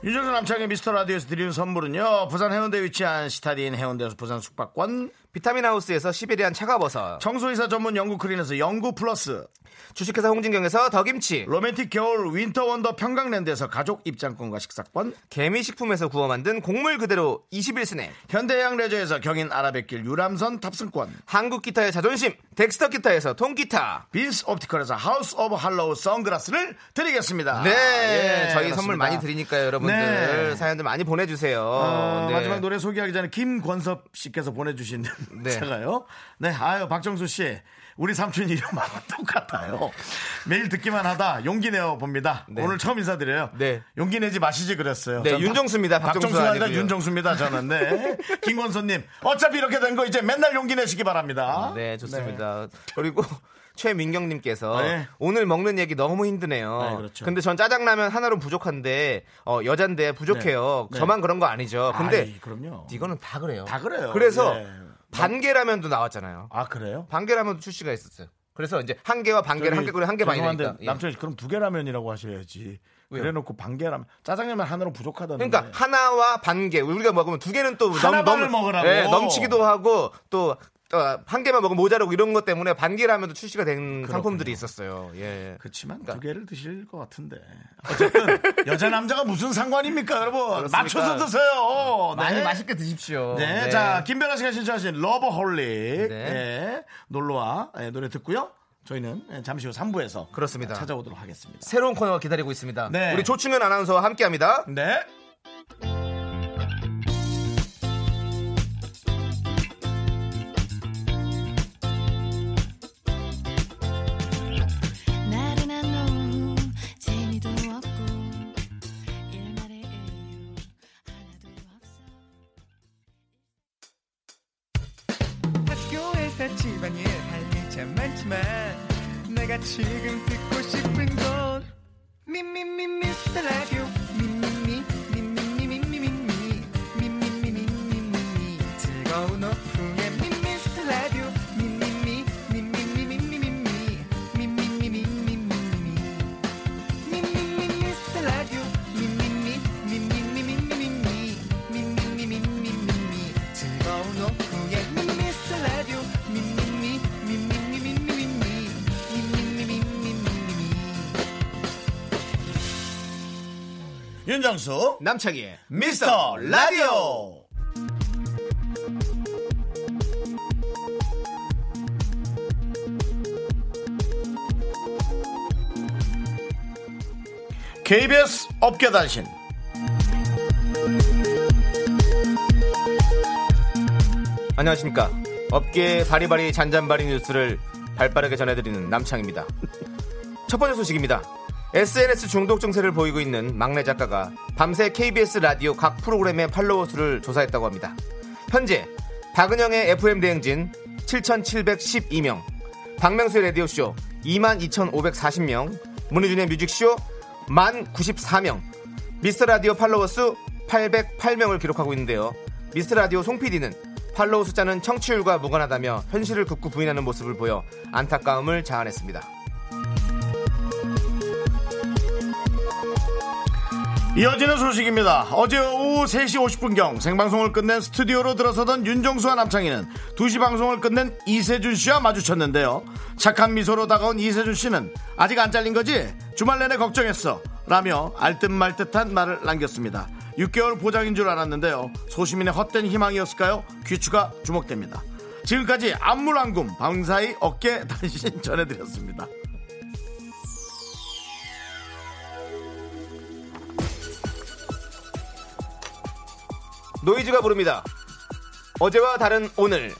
우리
윤정수 남창의 미스터 라디오에서 드리는 선물은요. 부산 해운대 위치한 시타딘 해운대에서 부산 숙박권,
비타민 하우스에서 시베리안 차가버섯,
청소이사 전문 영구 크린에서 영구 플러스,
주식회사 홍진경에서 더김치,
로맨틱 겨울 윈터 원더 평강랜드에서 가족 입장권과 식사권,
개미식품에서 구워 만든 곡물 그대로 21스낵,
현대해양 레저에서 경인 아라뱃길 유람선 탑승권
한국 기타의 자존심, 덱스터 기타에서 통기타.
빈스 옵티컬에서 하우스 오브 할로우 선글라스를 드리겠습니다.
네,
예,
저희
그렇습니다.
선물 많이 드리니까요, 여러분들.
네.
사연들 많이 보내주세요.
어,
네.
마지막 노래 소개하기 전에 김권섭 씨께서 보내주신
네.
[LAUGHS] 제가요. 네, 아유 박정수 씨, 우리 삼촌 이름하고 [LAUGHS] 똑같아요. 매일 듣기만 하다 용기 내어 봅니다.
네.
오늘 처음 인사드려요.
네.
용기 내지 마시지 그랬어요.
네,
전 박-
윤정수입니다. 박정수
박정수가 아니라
아니고요.
윤정수입니다. 저는
[LAUGHS]
네. 김건선님, 어차피 이렇게 된 거 이제 맨날 용기 내시기 바랍니다.
네, 좋습니다. 그리고 [LAUGHS] 최민경님께서
네.
오늘 먹는 얘기 너무 힘드네요.
네, 그렇죠.
근데 전 짜장라면 하나로 부족한데 어, 여잔데 부족해요.
네.
저만 그런 거 아니죠. 근데
아이, 그럼요.
이거는 다 그래요.
다 그래요.
그래서
예.
반개라면도 나왔잖아요.
아 그래요?
반개라면도 출시가 있었어요. 그래서 이제 한 개와 반개를 한
저기,
개, 그리고 한개
죄송한데
반이니까. 예.
남편이 그럼 두 개 라면이라고 하셔야지.
왜요?
그래놓고 반개 라면 짜장라면 하나로 부족하다는데.
그러니까 하나와 반개 우리가 먹으면 두 개는 또
하나만을 먹으라고.
예, 넘치기도 하고 또 어, 한 개만 먹으면 모자라고 이런 것 때문에 반개라면도 출시가 된 상품들이 있었어요. 예.
그렇지만 두
그러니까.
개를 드실 것 같은데. 어쨌든
[LAUGHS]
여자 남자가 무슨 상관입니까, 여러분?
그렇습니까?
맞춰서 드세요. 네.
음, 많이 맛있게 드십시오.
네, 자 김변아 씨가 신청하신 러버홀릭
네.
예, 놀러와 예, 노래 듣고요. 저희는 예, 잠시 후 3부에서
그렇습니다.
찾아오도록 하겠습니다.
새로운 코너가 기다리고 있습니다.
네.
우리 조충현 아나운서와 함께합니다.
네.
나른한 오후 재미도 없고 일말의 이유 하나도 없어
학교에서 집안일 할 일 참 많지만 내가 지금 듣고 싶은 건 미미미 미스터 라디오 미미미 미미미 미미미 미미미 미미미 즐거운 오후에 미미스터 라디오 미미미 미미미 미미미 미미미 미미미
윤정수
남창희의
미스터 라디오. KBS 업계단신
안녕하십니까. 업계의 바리바리 잔잔바리 뉴스를 발빠르게 전해드리는 남창입니다. 첫 번째 소식입니다. SNS 중독 증세를 보이고 있는 막내 작가가 밤새 KBS 라디오 각 프로그램의 팔로워 수를 조사했다고 합니다. 현재 박은영의 FM 대행진 7,712명, 박명수의 라디오쇼 22,540명, 문희준의 뮤직쇼 1,094명, 미스터 라디오 팔로워 수 808명을 기록하고 있는데요. 미스터 라디오 송 PD는 팔로워 숫자는 청취율과 무관하다며 현실을 극구 부인하는 모습을 보여 안타까움을 자아냈습니다.
이어지는 소식입니다. 어제 오후 3시 50분경 생방송을 끝낸 스튜디오로 들어서던 윤정수와 남창희는 2시 방송을 끝낸 이세준 씨와 마주쳤는데요. 착한 미소로 다가온 이세준 씨는 아직 안 잘린 거지? 주말 내내 걱정했어. 라며 알듯말듯한 말을 남겼습니다. 6개월 보장인 줄 알았는데요. 소시민의 헛된 희망이었을까요? 귀추가 주목됩니다. 지금까지 안물안굼 방사의 어깨 단신 [LAUGHS] 전해드렸습니다.
노이즈가 부릅니다. 어제와 다른 오늘.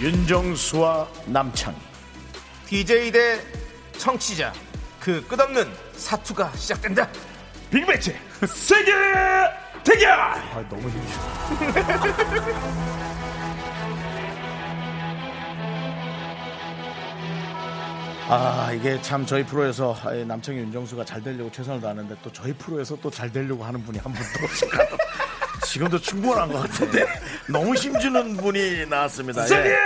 윤정수와 남창희.
DJ 대 청취자. 그 끝없는 사투가 시작된다.
빅매치 세계 대결
아 이게 참 저희 프로에서 아예 남창희 윤정수가 잘 되려고 최선을 다하는데 또 저희 프로에서 또 잘 되려고 하는 분이 한 분또 [LAUGHS] 지금도 충분한 것 같은데 [LAUGHS] 너무 힘주는 분이 나왔습니다. 예.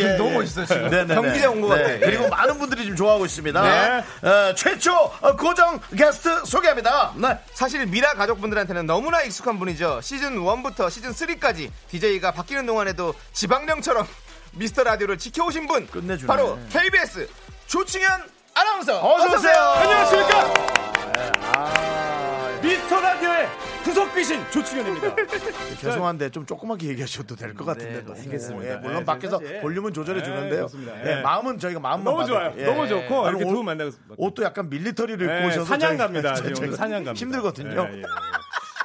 예,
음, 너무
예.
멋있어요, 지금.
네네네.
경기장 온것 같아. 예.
그리고 많은 분들이 지금 좋아하고 있습니다.
네.
어, 최초 어, 고정 게스트 소개합니다. 네.
뭐, 사실 미라 가족분들한테는 너무나 익숙한 분이죠. 시즌 1부터 시즌 3까지 DJ가 바뀌는 동안에도 지방령처럼 [LAUGHS] 미스터 라디오를 지켜오신 분
끝내주네.
바로 KBS 조충현 아나운서
어서
어서
오세요.
오세요.
미스터 라디오의 구석 귀신
[LAUGHS]
조충현입니다.
네, 죄송한데 좀 조그맣게 얘기하셔도 될 것 같은데. 네, 알겠습니다. 물론 밖에서 볼륨은 조절해 주는데요.
그렇습니다.
예,
예.
마음은 저희가 마음만
너무
받아요. 예.
좋아요. 너무 좋고
아니,
이렇게
옷-
두 분 만나서
옷도 어, 약간 밀리터리를 입고
예,
오셔서
사냥
저희-
갑니다.
[LAUGHS] 저희-
지금 오늘 사냥 갑니다.
힘들거든요.
예, 예.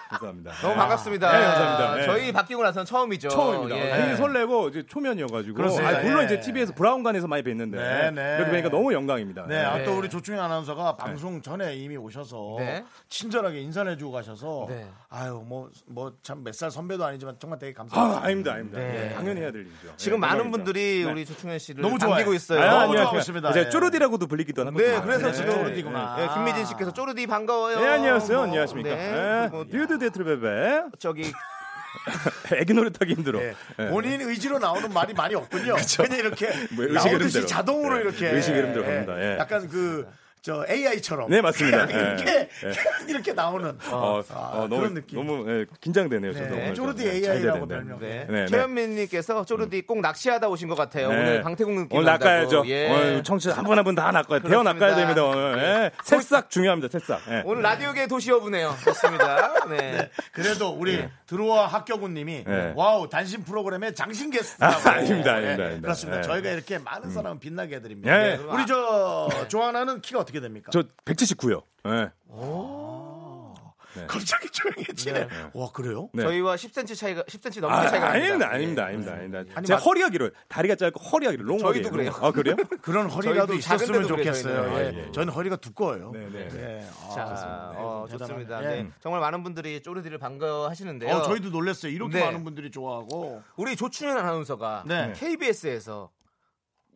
감사합니다.
너무
예.
아, 반갑습니다.
예, 감사합니다. 예.
저희 바뀌고 나서는 처음이죠.
처음입니다. 네.
예.
굉장히 설레고 아, 이제 초면이어가지고
그렇습니다.
아, 물론
예.
이제 TV에서 브라운관에서 많이 뵀는데
네, 네.
여기 뵈니까 너무 영광입니다. 예.
네, 아,
네.
또 우리 조충현 아나운서가 방송 전에 이미 오셔서
네.
친절하게 인사를 해주고 가셔서
네.
아유 뭐 뭐 참 몇 살 선배도 아니지만 정말 되게
아,
감사합니다.
아닙니다, 아닙니다.
네.
예, 당연히 해야 될 일이죠.
지금
예,
많은
영광이죠.
분들이
네.
우리 조충현 씨를
너무 좋아요.
반기고 있어요.
아,
아니요,
좋아요.
아니요.
좋습니다. 네,
이제
예.
쪼르디라고도 불리기도 하고.
네, 그래서 지금
쪼르디구나.
예, 김미진 씨께서 쪼르디 반가워요.
예, 아. 안녕하세요. 안녕하십니까.
네,
네.
그리고
듀드 데트르베베.
저기
애기 노릇하기 힘들어.
네.
예.
예.
본인 의지로 나오는 말이 많이 없군요.
[LAUGHS]
그냥 이렇게
뭐 의식
나오듯이
이름대로.
자동으로
예.
이렇게
의식 이름대로
예.
갑니다. 예.
약간 그. 저 AI처럼
네,
[LAUGHS]
맞습니다.
이렇게
예.
이렇게 나오는
어,
아,
어, 너무,
그런 느낌.
너무 예, 긴장되네요. 저도
네,
오늘
쪼르디
좀. 예, 잘
AI라고
돼야 되는데.
별명.
네.
네, 네.
최현민 님께서 쪼르디 꼭 낚시하다 오신 것 같아요.
네.
오늘 방태국 느낌
오늘
난다고.
낚아야죠.
예.
오늘 청취자 한 분 한 분 다 낚아야 돼요.
그렇습니다. 네.
낚아야 됩니다. 오늘. 예. 새싹 중요합니다. 새싹. 예.
오늘
[LAUGHS]
라디오계 도시어부네요. 좋습니다. 네.
그래도 우리
예.
들어와 학교군님이
네.
와우 단신 프로그램의 장신 게스트라고.
아, 아닙니다, 아닙니다,
예,
아닙니다.
그렇습니다.
예.
저희가 이렇게 많은 사람을 빛나게 해드립니다.
예.
네. 우리 저 조하나는 키가 어떻게 됩니까?
저 179요. 예.
갑자기 조용해지네. 와 그래요?
네.
저희와 10cm 차이가 10cm
아,
넘게
아닙니다,
차이가 납니다.
아닙니다,
예.
아닙니다, 아닙니다.
아니,
제
막-
허리가 길어요. 다리가 짧고 허리가 길어요. 롱
저희도
허리예요.
그래요.
아
[LAUGHS]
그래요?
그런 허리라도
저희도 작은
있었으면
데도 그래요,
좋겠어요.
저희는.
예. 저는 허리가 두꺼워요.
아, 네, 네.
예. 아,
자,
그렇습니다.
어,
대단하네.
좋습니다.
예.
네. 정말 많은 분들이 쪼르디를 반가워하시는데요.
어, 저희도 놀랐어요. 이렇게
네.
많은 분들이 좋아하고.
우리 조충현 아나운서가
네.
KBS에서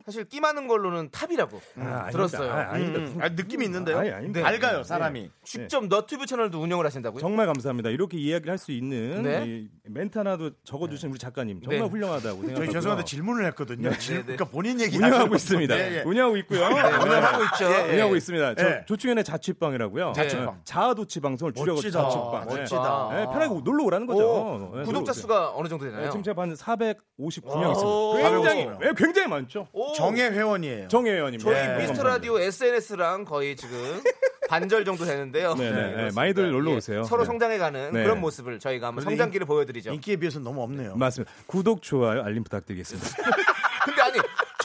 사실 끼 많은 걸로는 탑이라고
아닙니다.
들었어요.
아, 아닙니다.
음, 음.
아, 느낌이 있는데요. 네.
아니, 아닙니다. 네.
밝아요 사람이.
직접 너튜브 채널도 운영을 하신다고요?
정말 감사합니다. 이렇게 이야기를 할 수 있는
음. 네.
이 멘트 하나도 적어주신 우리 작가님 정말
네.
훌륭하다고 생각합니다.
저희 죄송한데 질문을 했거든요. 질-
네, 네.
그러니까 본인 얘기
운영하고
[LAUGHS]
있습니다.
예, 예.
운영하고 있고요.
아,
네.
운영하고 있죠. 예, 네.
운영하고 있습니다. 저
예.
조충현의 자취방이라고요.
자취방.
예. 자아도취 방송을 줄여가지고
멋지다.
자취방. 예.
멋지다.
예, 편하게 놀러 오라는
오,
거죠. 예, 놀러
구독자
오세요.
수가 어느 정도
예,
되나요?
지금 제가 봤는 459명
오,
있습니다. 굉장히
455
예, 굉장히 많죠.
오,
정의 회원이에요.
정혜 의원입니다.
저희
예,
미스터
감사합니다.
라디오 SNS랑 거의
[LAUGHS]
지금 반절 정도 되는데요.
네, 네, 네.
그렇습니다.
많이들 놀러
예,
오세요.
서로
네.
성장해가는
네.
그런 모습을 저희가 한번
그런데
성장기를 보여드리죠.
인기에 비해서 너무 없네요.
맞습니다. 구독, 좋아요, 알림 부탁드리겠습니다.
[LAUGHS] 근데 아니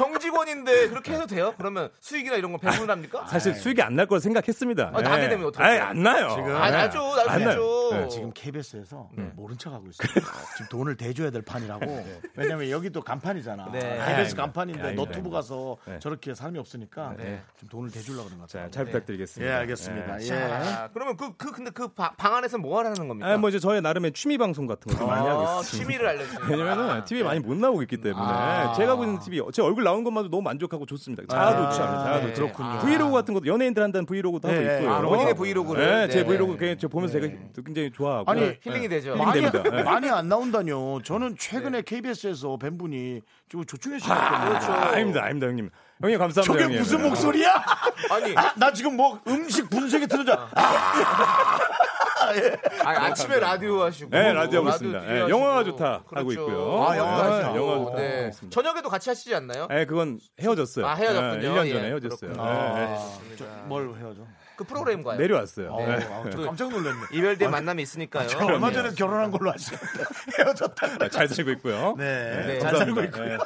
정직원인데 그렇게 해도 돼요? 그러면 수익이나 이런 거
[LAUGHS]
배분합니까?
아, 사실 수익이 안 날 걸 생각했습니다.
네.
네.
아, 나게 되면 어떡해요?
아니, 안 나요. 네.
지금.
아, 나죠,
안 나요.
나죠.
네,
지금 KBS에서 모른
[LAUGHS]
척하고 있어요. 지금 돈을 대줘야 될 판이라고.
네.
왜냐면 여기도 간판이잖아.
네.
KBS
아닙니다.
간판인데
아닙니다.
너튜브 가서
네.
저렇게 사람이 없으니까
네.
좀 돈을 대주려고 그런 것
자,
같아요.
잘 부탁드리겠습니다. 네.
예, 알겠습니다. 예.
아, 그러면 그, 그 근데 그 방 안에서 뭐 하라는 겁니까?
아, 뭐 이제 저의 나름의 취미 방송 같은 것도 많이 하고
아,
있습니다.
취미를 알려주세요.
왜냐면은 TV에 많이 못 나오고 있기 때문에
아.
제가 하고 있는 TV 제 얼굴 나온 것만도 너무 만족하고 좋습니다. 자아도 취합니다. 자아도
네.
취.
그렇군요.
브이로그 같은 것도 연예인들 한다는 브이로그도 하고
네,
있고요.
아,
본인의 브이로그를.
네, 제
네.
브이로그 그냥 저 보면서 제가 굉장히 좋아하고.
아니,
네.
힐링이 되죠.
힐링
많이,
됩니다. 예.
많이 안 나온다뇨. 저는 최근에 KBS에서 뵌 분이 지금 조충현 씨
아
가
아닙니다, 아닙니다, 형님. 형님 감사합니다.
저게
형님. 네.
무슨 목소리야?
아니,
아, 나 지금 뭐 음식 분석이 틀어져.
아,
아니, 아침에 라디오 하시고.
네, 라디오 하고 있습니다.
뒤에
예,
하시고. 그렇죠.
영화가 좋다 하고 있고요.
아, 영화가
네,
좋다.
영화가 좋다 하고
네.
있습니다.
저녁에도 같이 하시지 않나요?
예, 그건 헤어졌어요.
아, 헤어졌군요.
1년
예,
전에 헤어졌어요.
그렇구나.
예, 예.
좋습니다.
아, 뭘 헤어져?
그 프로그램과요. 네.
내려왔어요. 아,
어,
예.
아, 저 깜짝 놀랐네.
이별 뒤에 만남이 있으니까요.
어, 얼마 전에 결혼한 걸로 아시는데 [LAUGHS] 헤어졌다는 거.
잘 살고 있고요.
네.
네,
잘 살고
감사합니다.
있고.
예.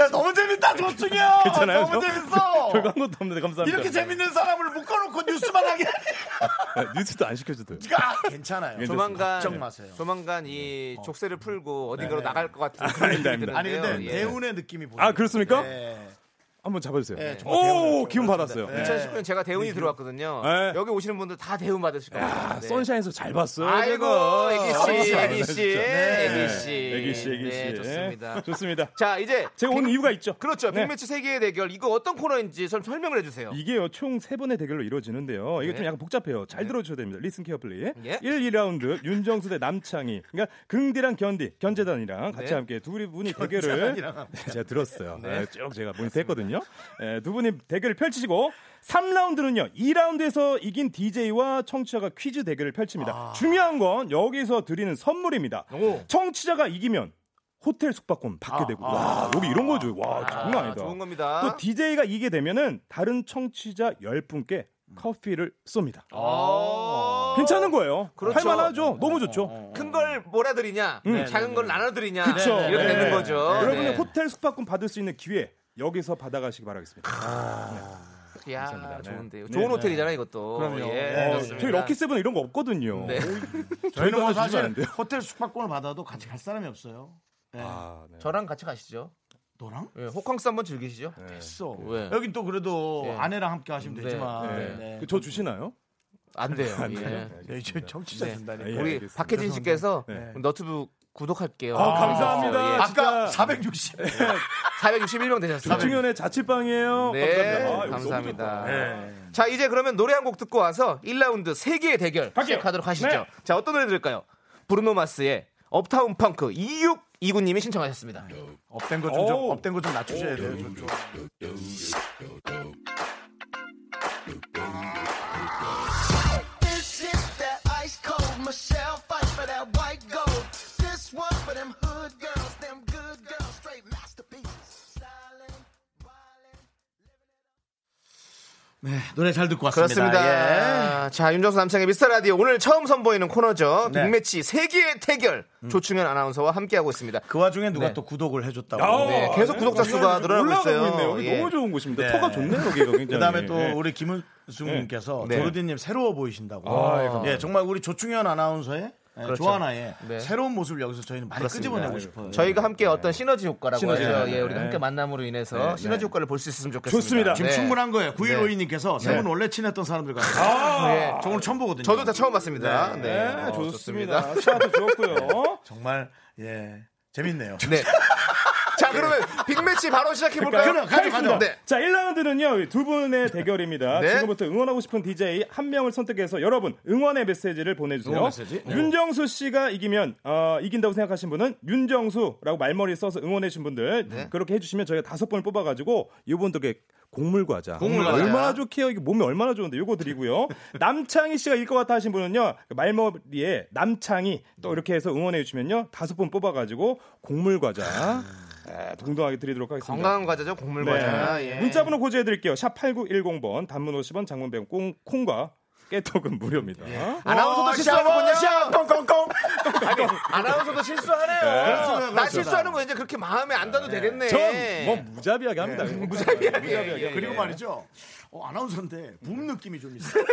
야, 너무 재밌다, 조충현!
[LAUGHS] 괜찮아요? 저-
너무 재밌어!
별거 한 것도 없는데 감사합니다.
이렇게 재밌는 사람을 묶어놓고 뉴스만 하게 [LAUGHS]
예, 뉴스도 안 시켜줘도.
하니까 괜찮아요.
괜찮습니다.
조만간
걱정 마세요. 네. 어.
조만간 이 족쇄를 풀고 어디가로 나갈 것 같은
아닙니다, 아닙니다.
아니 근데
예.
대운의 느낌이 보여.
아 그렇습니까?
네.
한번 잡아주세요.
네, 정말
오
대단하죠.
기운 받았어요.
네.
2019년 제가 대운이 들어왔거든요.
네.
여기 오시는 분들 다 대운 받으실 겁니다.
아,
네.
선샤인에서 잘 봤어요.
아이고, 애기
아,
씨,
네,
애기 씨, 애기 씨,
애기 씨, 애기 씨. 예,
네, 좋습니다.
좋습니다.
자, 이제
제가 온 이유가 있죠.
그렇죠.
네.
빅매치 세개의 대결 이거 어떤 코너인지 좀 설명을 해주세요.
이게요 총 세 번의 대결로 이루어지는데요. 이게
네.
좀 약간 복잡해요. 잘 들어주셔야 됩니다. 리슨 케어플리.
예.
1, 2라운드 윤정수 대 남창희. 그러니까 긍디랑 견디, 견재단이랑 같이
네.
함께 두 분이 대결을 제가 들었어요. 네, 쭉 제가 모니터했거든요. 예, 두 분이 대결을 펼치시고 3라운드는요. 2라운드에서 이긴 DJ와 청취자가 퀴즈 대결을 펼칩니다. 중요한 건 여기서 드리는 선물입니다.
아. 오. 아,
청취자가 이기면 호텔 숙박권 받게 되고 와 여기 이런 거죠. 와 장난 아니다.
좋은 겁니다.
또 DJ가 이기게 되면은 다른 청취자 10분께 커피를 쏩니다.
아.
괜찮은 거예요.
그렇죠.
할 만하죠. 너무 좋죠.
큰 걸
음.
몰아드리냐,
네,
작은 걸 나눠드리냐,
그렇죠.
이렇게
네.
되는 거죠.
여러분의
네.
호텔 숙박권 받을 수 있는 기회 여기서 받아가시기 바라겠습니다.
야,
감사합니다. 네.
좋은데요.
네.
좋은 호텔이잖아요, 이것도.
그럼요.
예,
네,
어,
그렇습니다.
저희 럭키 세븐은 이런 거 없거든요.
네.
저희는
받아주시면
뭐
안
사실
돼요?
호텔 숙박권을 받아도 같이 갈 사람이 없어요. 네.
아, 네.
저랑 같이 가시죠.
너랑?
예, 호캉스 한번 즐기시죠.
있어.
왜?
여긴 또 그래도
예.
아내랑 함께 하시면
네.
되지만.
네.
네.
그저 주시나요? 네.
안 돼요.
안 돼요.
예.
야, 이제 정치자
네.
된다니까.
예,
우리
알겠습니다.
박혜진 씨께서
네.
너튜브 구독할게요.
아, 감사합니다.
예.
아까
진짜.
460.
461명 되셨어요.
조충현의 자취방이에요.
네,
아, 여기 너무
감사합니다.
좋다.
네.
자, 이제 그러면 노래 한 곡 듣고 와서 1라운드 3개의 대결
갈게요.
시작하도록 하시죠.
네.
자, 어떤 노래 들을까요? 브루노 마스의 업타운 펑크 2629님이 신청하셨습니다.
업된 거 좀 좀
오.
업된 거 좀 낮추셔야 돼요. 좀, 좀.
This is that ice cold Michelle fight for that white gold. This one for them hood girls, them good girls, straight masterpieces. Stylin', wildin'.
네, 노래 잘 듣고 왔습니다. 예.
그렇습니다. 자, 윤정수 남창의 미스터 라디오 오늘 처음 선보이는 코너죠.
네.
빅매치 3개의 대결 조충현 아나운서와 함께하고 있습니다.
그 와중에 누가
네.
또 구독을 해줬다고.
아,
네, 계속 구독자 수가 늘어나고
올라가고
있어요.
있네요. 여기
예.
너무 좋은 곳입니다.
네.
터가 좋네요. 여기가 굉장히.
그다음에 또
예.
우리 김은숙님께서
네.
조르디님 새로워 보이신다고.
아, 예, 그렇죠.
예, 정말 우리 조충현 아나운서의 예, 조하나의
네.
새로운 모습을 여기서 저희는 많이
그렇습니다.
네.
끄집어내고 싶어요.
저희가 함께 어떤 시너지 효과라고
시너지
하죠.
효과.
예, 우리가
네.
함께 만남으로 인해서 시너지 효과를 볼 수 있으면 좋겠습니다.
좋습니다.
지금
네.
충분한 거예요. 9152님께서 세
네.
분 원래 친했던 사람들과. 아,
예.
저 오늘 처음 보거든요.
저도 다 처음 봤습니다. 네,
네,
어,
좋습니다. 차도 좋고요.
정말 예 재밌네요.
네. 자, 그러면 빅매치 바로 시작해 볼까요?
그럼 가죠, 가죠.
네.
자, 1라운드는요, 두 분의 대결입니다.
네.
지금부터 응원하고 싶은 DJ 한 명을 선택해서 여러분, 응원의 메시지를 보내주세요.
응원 메시지? 네.
윤정수 씨가 이기면, 어, 이긴다고 생각하신 분은 윤정수라고 말머리 써서 응원해주신 분들, 그렇게 해주시면 저희가 다섯 번을 뽑아가지고, 이분들께 곡물과자.
곡물과자.
얼마나 좋게요? 이게 몸에 얼마나 좋은데, 요거 드리고요. 남창희 씨가 이길 것 같아 하신 분은요, 그 말머리에 남창희 또 이렇게 해서 응원해주시면요, 다섯 번 뽑아가지고, 곡물과자. 에, 동등하게 드리도록 하겠습니다.
건강한 과자죠, 곡물
네.
과자. 예.
문자번호 고지해드릴게요. 샵 8910번, 단문 50원, 장문 100원, 콩, 콩과 깨톡은 무료입니다.
예. 아나운서도
샤워,
실수하는군요.
꽁꽁꽁.
[LAUGHS] 아니, 아나운서도 실수하네요.
그렇습니다,
나
그렇습니다.
실수하는 거 이제 그렇게 마음에 안 닿아도 되겠네.
전뭐 무자비하게 합니다. 그냥.
예, 예.
그리고 말이죠. 어, 아나운서인데
음.
붐 느낌이
[LAUGHS]
좀 있어요.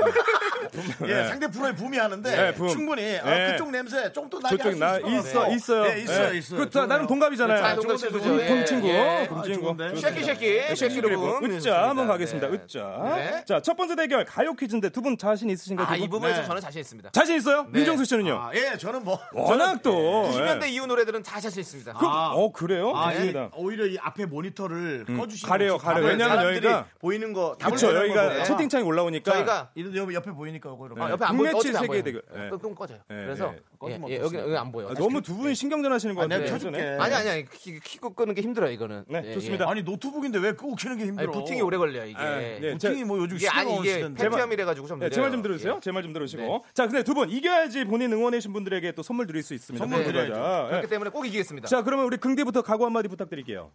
붐. 예, 상대 프로에 붐이 하는데
예, 붐.
충분히 아,
예.
그쪽 냄새 좀 또 나게
저쪽 나
할수 있을 것
있어
네.
같아요.
있어요. 네.
예, 있어요, 있어요.
그렇다. 나는 동갑이잖아요. 음,
아, 동갑 친구죠.
동-
예.
동친구,
예.
동친구.
아, 좋은데?
쉐키 쉐키 쉐키
그리고
로군.
으짜 한번 가겠습니다. 으짜.
네.
자, 첫 번째 대결 가요 퀴즈인데 두 분 자신 있으신가요? 두
아이
분?
부분에서
네.
저는 자신 있습니다.
자신 있어요?
네.
윤정수 씨는요?
아, 예, 저는 뭐
워낙 또. 예.
90년대 이후 노래들은 다 자신 있습니다.
그- 어
예.
그래요?
아, 이-
좋습니다. 음.
오히려 이 앞에 모니터를 꺼주시는
가려요,
거지.
가려요.
가만히
왜냐면
사람들이
여기가-
보이는 거
그렇죠.
거구나.
여기가 채팅창이 네. 올라오니까
저희가
이런 옆- 옆에 보이니까 이거 이렇게
아, 옆에 안 보여.
국내치
어차피 안
세계
보여요.
대결. 예.
끄- 끄면 꺼져요.
예,
그래서
예.
예,
꺼지면
예, 여기 여기 안 보여.
아, 너무 두 분이 신경전하시는 것
아, 내가
같아요.
켜줄게.
예전에.
아니 아니 아니 키- 키고 끄는 게 힘들어요 이거는.
네,
예,
좋습니다.
아니 노트북인데 왜 끄고 키는 게
예. 아니
힘들어?
부팅이 오래 걸려 요 이게.
아, 네.
부팅이 뭐 요즘
이게 아니
시간이
이게
시는데
팬티함이래 가지고 좀.
네, 제말 좀
느려요.
들어주세요.
예.
제 말 좀 들어주시고.
네.
자, 근데 두 분 이겨야지 본인 응원해주신 분들에게 또 선물 드릴 수 있습니다.
선물
네.
드려야죠.
맞아. 예.
그렇기 때문에 꼭 이기겠습니다.
자, 그러면 우리 긍디부터 각오 한마디 부탁드릴게요.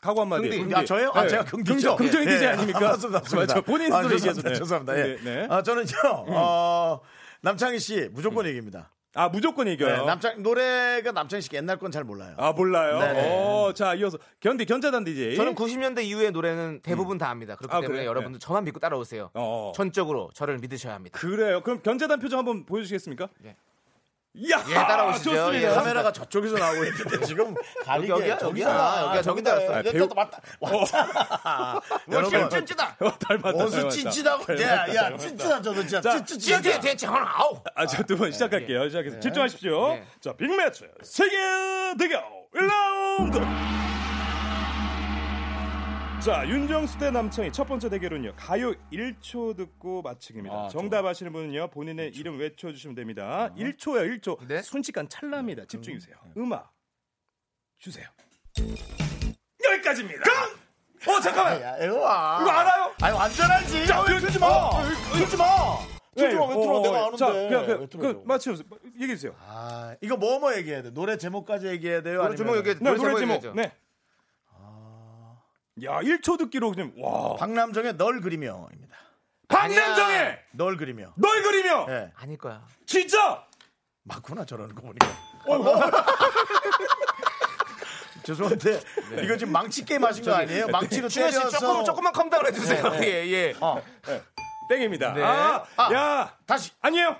각오 한마디.
긍디.
아 저요? 아
네.
제가 긍디죠.
긍정, 긍정의
예.
DJ 아닙니까?
아, 맞습니다. 맞습니다.
맞아, 본인 스스로
아, 죄송합니다.
얘기해서, 네.
죄송합니다. 예.
네, 네.
아 저는요. 어, 남창희 씨 무조건 얘기입니다.
아, 무조건 이겨요.
네, 남창 노래가 남창희 씨 옛날 건 잘 몰라요.
아, 몰라요.
네네.
어, 자, 이어서 견디, 견자단 DJ.
저는 90년대 이후의 노래는 대부분 다 합니다. 그렇기
예. 아,
때문에
그래요?
여러분들 저만 믿고 따라오세요.
어.
전적으로 저를 믿으셔야 합니다.
예.
그래요. 그럼 견자단 표정 한번 보여주시겠습니까?
네.
야,
예, 따라오시죠.
좋습니다.
예.
카메라가 저쪽에서 나오고 있는데 지금 가리게
여기야,
저기서
여기야,
나와.
여기야, 저긴 줄 알았어.
여기다
배우-
또 맞다. 왔잖아.
원수
여러분,
[LAUGHS]
찐찌다.
어, 닮았다.
원수
닮았다.
찐찌다고. 네. 야, 야, 찐찌다 저도 진짜.
자,
찐찌, 찐찌.
찐찌 찐찌 하나 아우.
아, 자, 두 번
예,
시작할게요. 시작해서 집중하십시오.
네.
자, 빅매치 세계 대결 1라운드. 자, 윤정수 대 남창희 첫 번째 대결은요. 가요 1초 듣고 맞추기입니다. 정답 아시는 분은요. 본인의 이름 외쳐 주시면 됩니다.
아.
1초요, 1초.
네.
순식간 찰나입니다. 집중해 주세요.
네.
음악 주세요. 여기까지입니다. 어, 잠깐만.
아, 야, 이거 와.
이거 알아요?
예. 아니, 완전하지.
자,
왜 틀지 마.
어.
왜 틀지 마. 틀지 마, 왜 틀어.
어,
내가
어, 자,
아는데.
그냥
왜
그,
틀어,
그
저거.
맞춰 주세요. 얘기해 주세요.
아, 이거 뭐뭐 얘기해야 돼? 노래 제목까지 얘기해야 돼요?
노래
아니면
제목 여기
네, 노래 제목.
얘기하죠.
네. 아. 야, 1초 듣기로 그냥 와.
박남정의 널 그리며입니다.
박남정의
널 그리며.
널 그리며.
예.
아닐 거야.
진짜.
맞구나 저러는 거 보니까. [LAUGHS] 죄송한데 이거 지금 망치 게임 하신 거 아니에요? 망치로
준현 씨
때려서
조금 조금만 컴다운 해주세요. 예 예.
어,
땡입니다.
네.
아,
아.
야.
다시
아니에요.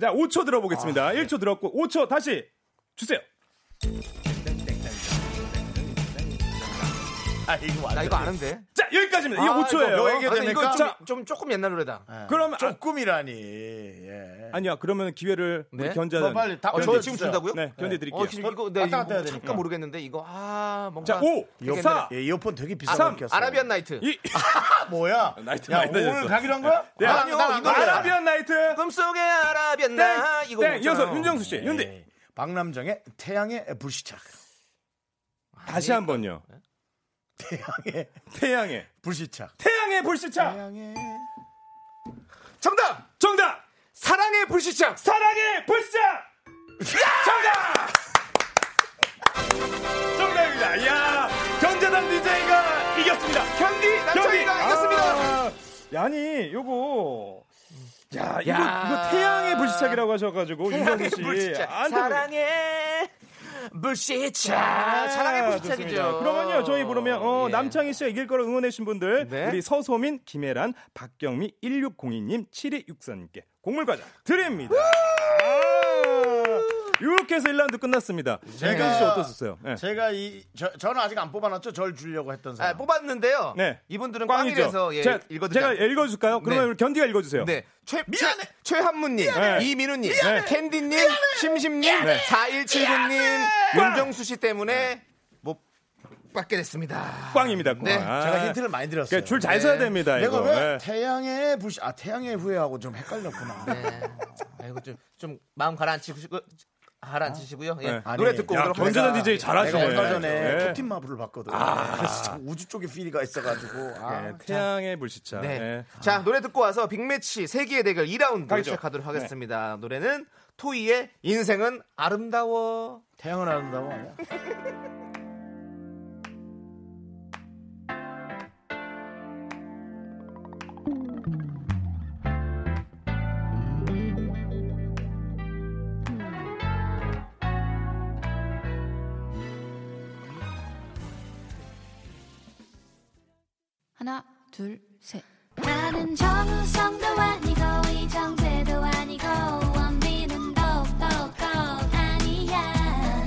자, 5초 들어보겠습니다. 1초 들었고 5초 다시 주세요.
아 이거
나
완전
이거 아는데.
자, 여기까지입니다. 이게 5초예요.
명예계
아, 근데 이거
됩니까?
좀, 좀 조금 옛날 노래다.
그럼 아-
조금이라니. 예.
아니야. 그러면 기회를 우리
네?
견제하는
너 빨리 다
어, 저
견뎌주세요.
지금 준다고요?
네, 견제 드릴게요.
어, 지금 이거 내
왔다 갔다 해야
이거
되니까.
잠깐 모르겠는데 이거 아
자,
뭔가.
5,
이어폰,
4,
예, 이어폰 되게 비싼
삼,
거 꼈어.
아라비안 나이트.
이
아, 뭐야?
나이트
야
많이
오늘
늦었어.
가기로 한 거야?
네.
아,
아니요,
난안
이 노래
가요.
아라비안 나이트.
꿈속의 아라비안
땡.
나 이거
땡. 네, 이어서
먹잖아요.
윤정수 씨. 윤디.
예. 박남정의 태양의 불시착.
다시 한 번요.
태양의
태양의
불시착.
태양의 불시착.
태양의
정답.
정답.
사랑의 불시착.
사랑의 불시착. 정답. 정답입니다. 야, 경제단 DJ가 이겼습니다.
경기 남창이가 이겼습니다.
아, 아니, 요거. 야, 이거,
야.
이거 태양의 불시착이라고 하셔가지고
사랑의
윤정수 씨 아, 뭐,
불시착.
안타깝게.
사랑의 불시착.
아,
사랑의
좋습니다.
불시착이죠.
그러면요, 저희 그러면 어,
예.
남창희 씨가 이길 거를 응원해주신 분들,
네.
우리 서소민, 김혜란, 박경미, 1602님, 7264님께 곡물과자 드립니다. 이렇게 해서 1라운드 끝났습니다.
네.
윤정수 씨 어떠셨어요? 예.
제가 이 저, 저는 아직 안 뽑아놨죠. 절 주려고 했던
아,
사람.
뽑았는데요.
네.
이분들은
꽝이죠.
꽝이라서 예,
제가,
읽어드리지
제가 읽어줄까요? 그러면
네.
우리 견디가 읽어주세요.
네. 최, 최, 최한문님,
미안해.
이민우님, 네,
미안해.
캔디님, 심심님, 4179님, 윤정수 씨 때문에
네.
못 받게 됐습니다.
꽝입니다. 꽝. 그
네,
아.
제가 힌트를 많이 드렸어요.
줄 잘 서야
네.
됩니다.
내가
이거.
왜
네.
태양의 불시 아 태양의 후예하고 좀 헷갈렸구나.
네. 아이고, 좀, 좀 마음 가라앉히고, 싶- 가라앉히시고요. 예.
네.
아니,
노래 듣고
야,
오도록
경제단
하겠습니다.
DJ
내가
그렇죠. 잘하시네.
얼마 전에
네. 아.
캡틴 마블을 봤거든. 그래서 참 우주 쪽에 피리가 있어가지고 아,
네, 태양의 불시착.
네.
네.
자, 노래 듣고 와서 빅매치 세계의 대결 2라운드
가죠. 네.
시작하도록 하겠습니다. 노래는 토이의 인생은 아름다워.
태양은 아름다워. 아니야?
하나, 둘, 셋. 나는 정우성도 아니고 이정재도 아니고 원빈은 더욱더 아니야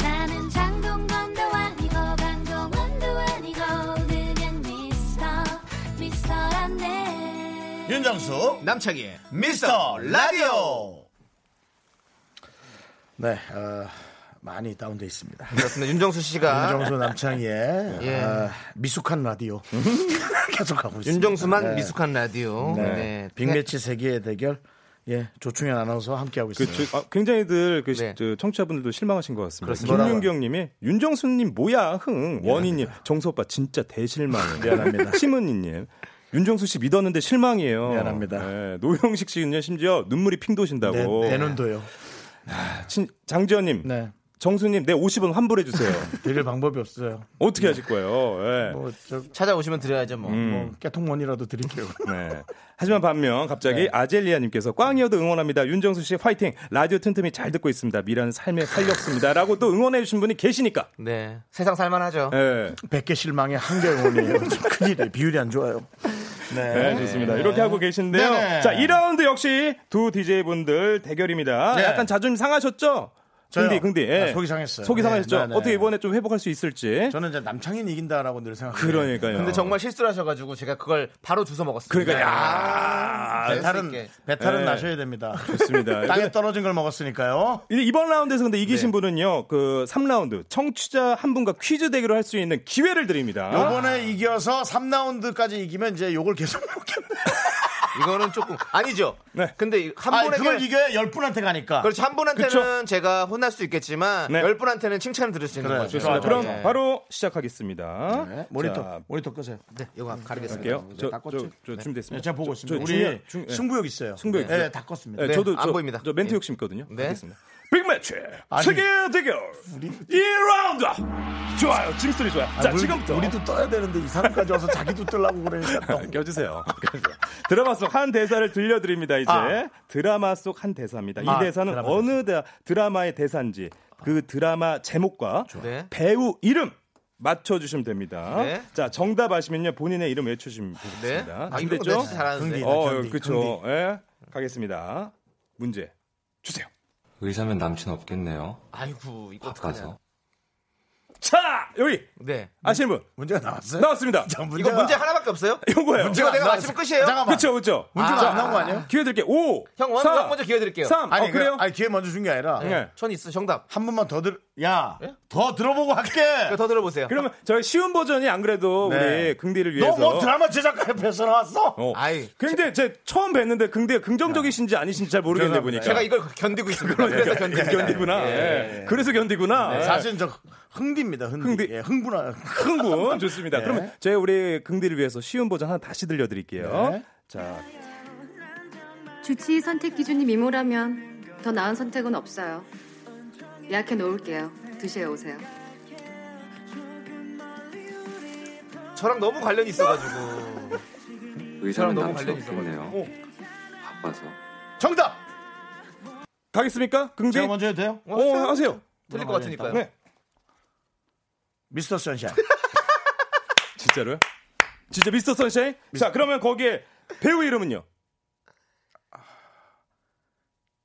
나는 장동건도 아니고 강동원도 아니고 그냥 미스터 미스터란데
윤정수
남창희의
미스터 라디오. 네 어, 많이 다운돼 있습니다.
그렇습니다. 윤정수 씨가
윤정수 남창희의
아. 예.
아, 미숙한
[LAUGHS]
라디오 계속하고 있습니다.
윤정수만
네.
미숙한 라디오.
네.
네.
빅매치 세계의 대결. 예, 조충현 아나운서와 함께하고
그,
있습니다.
저, 아, 굉장히들 그, 시-
네.
저 청취자분들도 실망하신 것 같습니다.
그렇습니다.
김윤경님이 윤정수님 뭐야 흥 원희님 정수 오빠 진짜 대실망
[LAUGHS] 미안합니다.
심은희님 윤정수 씨 믿었는데 실망이에요.
미안합니다.
네, 노영식 씨는요 심지어 눈물이 핑
내,
도신다고. 아,
내 눈도요.
친- 장지현님
네.
정수님 내 50원 환불해
[LAUGHS]
주세요.
드릴 방법이 없어요.
어떻게 하실 거예요? 예.
뭐, 저,
찾아오시면 드려야죠 뭐.
음.
뭐, 깨통원이라도 드릴게요.
네. 하지만 반면 갑자기
네.
아젤리아님께서 꽝이어도 응원합니다. 윤정수 씨 화이팅. 라디오 틈틈이 잘 듣고 있습니다. 미라는 삶의 활력소입니다라고 또 응원해 주신 분이 계시니까.
네. 세상 살만하죠.
예.
뭐
[LAUGHS]
100개 실망에 한개 응원이에요. 좀 큰일이에요. 비율이 안 좋아요. 네.
네, 좋습니다. 이렇게 하고 계신데요.
네네.
자, 2라운드 역시 두 DJ분들 대결입니다.
네.
약간 자존심 상하셨죠?
저요?
근디, 근디. 예.
아, 속이 상했어요.
속이
네,
상하셨죠?
네, 네.
어떻게 이번에 좀 회복할 수 있을지.
저는 이제 남창인 이긴다라고 늘 생각해요.
그러니까요.
근데 정말 실수를 하셔가지고 제가 그걸 바로 주워 먹었습니다.
그러니까,
아, 배탈은
네.
배탈은
네.
나셔야 됩니다. [LAUGHS]
좋습니다.
땅에 떨어진 걸 먹었으니까요.
근데 이번 라운드에서 근데 이기신
네.
분은요, 그 3라운드 청취자 한 분과 퀴즈 대결을 할 수 있는 기회를 드립니다.
요번에 이겨서 3라운드까지 이기면 이제 요걸 계속 먹겠네.
이거는 조금 아니죠.
네.
근데 이- 한
아,
분에게
그걸 이겨야 10분한테 가니까.
그렇죠. 한 분한테는
그쵸.
제가 혼날 수 있겠지만
네.
열 분한테는 칭찬을 들을 수 있는
그래요.
거죠.
좋아요,
자, 그럼
예.
바로 시작하겠습니다.
네, 모니터
자,
모니터 끄세요.
네, 이거 가리겠습니다.
할게요. 저, 저, 저, 준비됐습니다.
네, 제가 보고
저,
있습니다.
저
우리
중요- 중- 예.
승부욕 있어요.
승부욕
네,
있어요.
다 껐습니다.
예,
네,
저도
안
저,
보입니다.
저 멘트
예.
욕심 있거든요.
네.
알겠습니다. 빅매치
아니.
세계 대결 2라운드 좋아요. 짐소리 좋아요. 자,
우리-
지금부터 아,
우리도 떠야 되는데 이 사람까지 와서 자기도 뜨려고 그러니까
[LAUGHS]
너무
껴주세요. 껴주세요. 드라마 속 한 대사를 들려드립니다. 이제
아.
드라마 속 한 대사입니다. 이
아,
대사는
드라마
어느 대- 드라마의 대사인지 그 드라마 제목과
네.
배우 이름 맞춰주시면 됩니다.
네.
자 정답 아시면요 본인의 이름 외쳐주시면
네.
되겠습니다.
아, 이런 거
준비됐죠?
내가 진짜 잘하는데.
흥디.
어,
견디,
그렇죠. 예, 가겠습니다. 문제 주세요.
의사면 남친 없겠네요.
아이고, 이거 어떡하냐.
바꿔서.
자 여기
네.
아시는 분
문제가 나왔어요.
나왔습니다.
이거 문제 하나밖에 없어요?
이거예요.
이거 내가
나-
맞히면 끝이에요?
잠깐만.
그렇죠, 그렇죠.
문제가 안 나온 거 아니에요?
기회 드릴게요. 5,
형, 원- 형 먼저 기회 드릴게요.
3,
아니
어, 그래요?
그- 아니 기회 먼저 준 게 아니라
네.
전 있어, 정답.
한 번만 더 들. 야, 더 들어보고 할게.
이거 더 들어보세요.
예? [LAUGHS] 그러면 저희 쉬운 버전이 안 그래도
네.
우리 긍디를 위해서.
너 뭐 드라마 제작가 협회에서 나왔어?
어.
아이.
근데 제 처음 뵀는데 긍디가 긍정적이신지 아니신지 잘 모르겠네 보니까.
제가 이걸 견디고 있습니다. 그래서 네. 견디고
[LAUGHS] 견디구나. 예. 그래서 견디구나. 예.
사실 저 흥디입니다. 흥디.
흥디.
예, 흥분하.
[LAUGHS]
흥분
네.
좋습니다. 그러면 저희 우리 긍디를 위해서 쉬운 버전 하나 다시 들려드릴게요.
네.
자,
주치의 선택 기준이 미모라면 더 나은 선택은 없어요. 예약해 놓을게요. 2시에 오세요.
저랑 너무 관련이 있어가지고. 저랑
의사면
너무
남친
관련이 있어가지고.
없겠네요. 바빠서.
정답.
가겠습니까? 긍디?
제가 먼저 해도 돼요?
어, 하세요.
틀릴 것 같으니까요.
네.
미스터 선샤인.
진짜로요? 진짜 미스터 선샤인? 자, 그러면 거기에 배우 이름은요?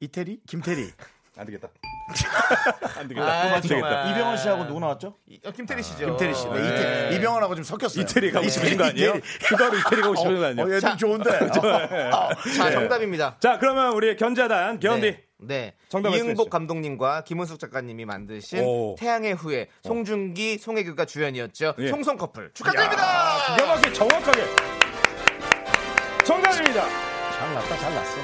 이태리? 김태리.
안 되겠다. 안
아이,
되겠다. 안 되겠다.
정말.
이병헌 씨하고 누구 나왔죠?
이- 어, 김태리 씨죠.
김태리 씨. 네,
네.
이태- 이병헌하고 좀 섞였어요.
이태리 가고 싶은 거
네. 이태리.
아니에요? 그거로 이태리 가고 싶은 거 아니에요?
어, 얘좀 좋은데.
[LAUGHS]
어, 어.
자, 정답입니다.
자, 그러면 우리 견자단 견디.
네. 네.
정답 말씀해
이응복
주시죠.
감독님과 김은숙 작가님이 만드신
오.
태양의 후예 송중기 송혜교가 주연이었죠.
예.
송송 커플 축하드립니다.
기가 막히게 정확하게 정답입니다.
잘 났다, 잘 났어.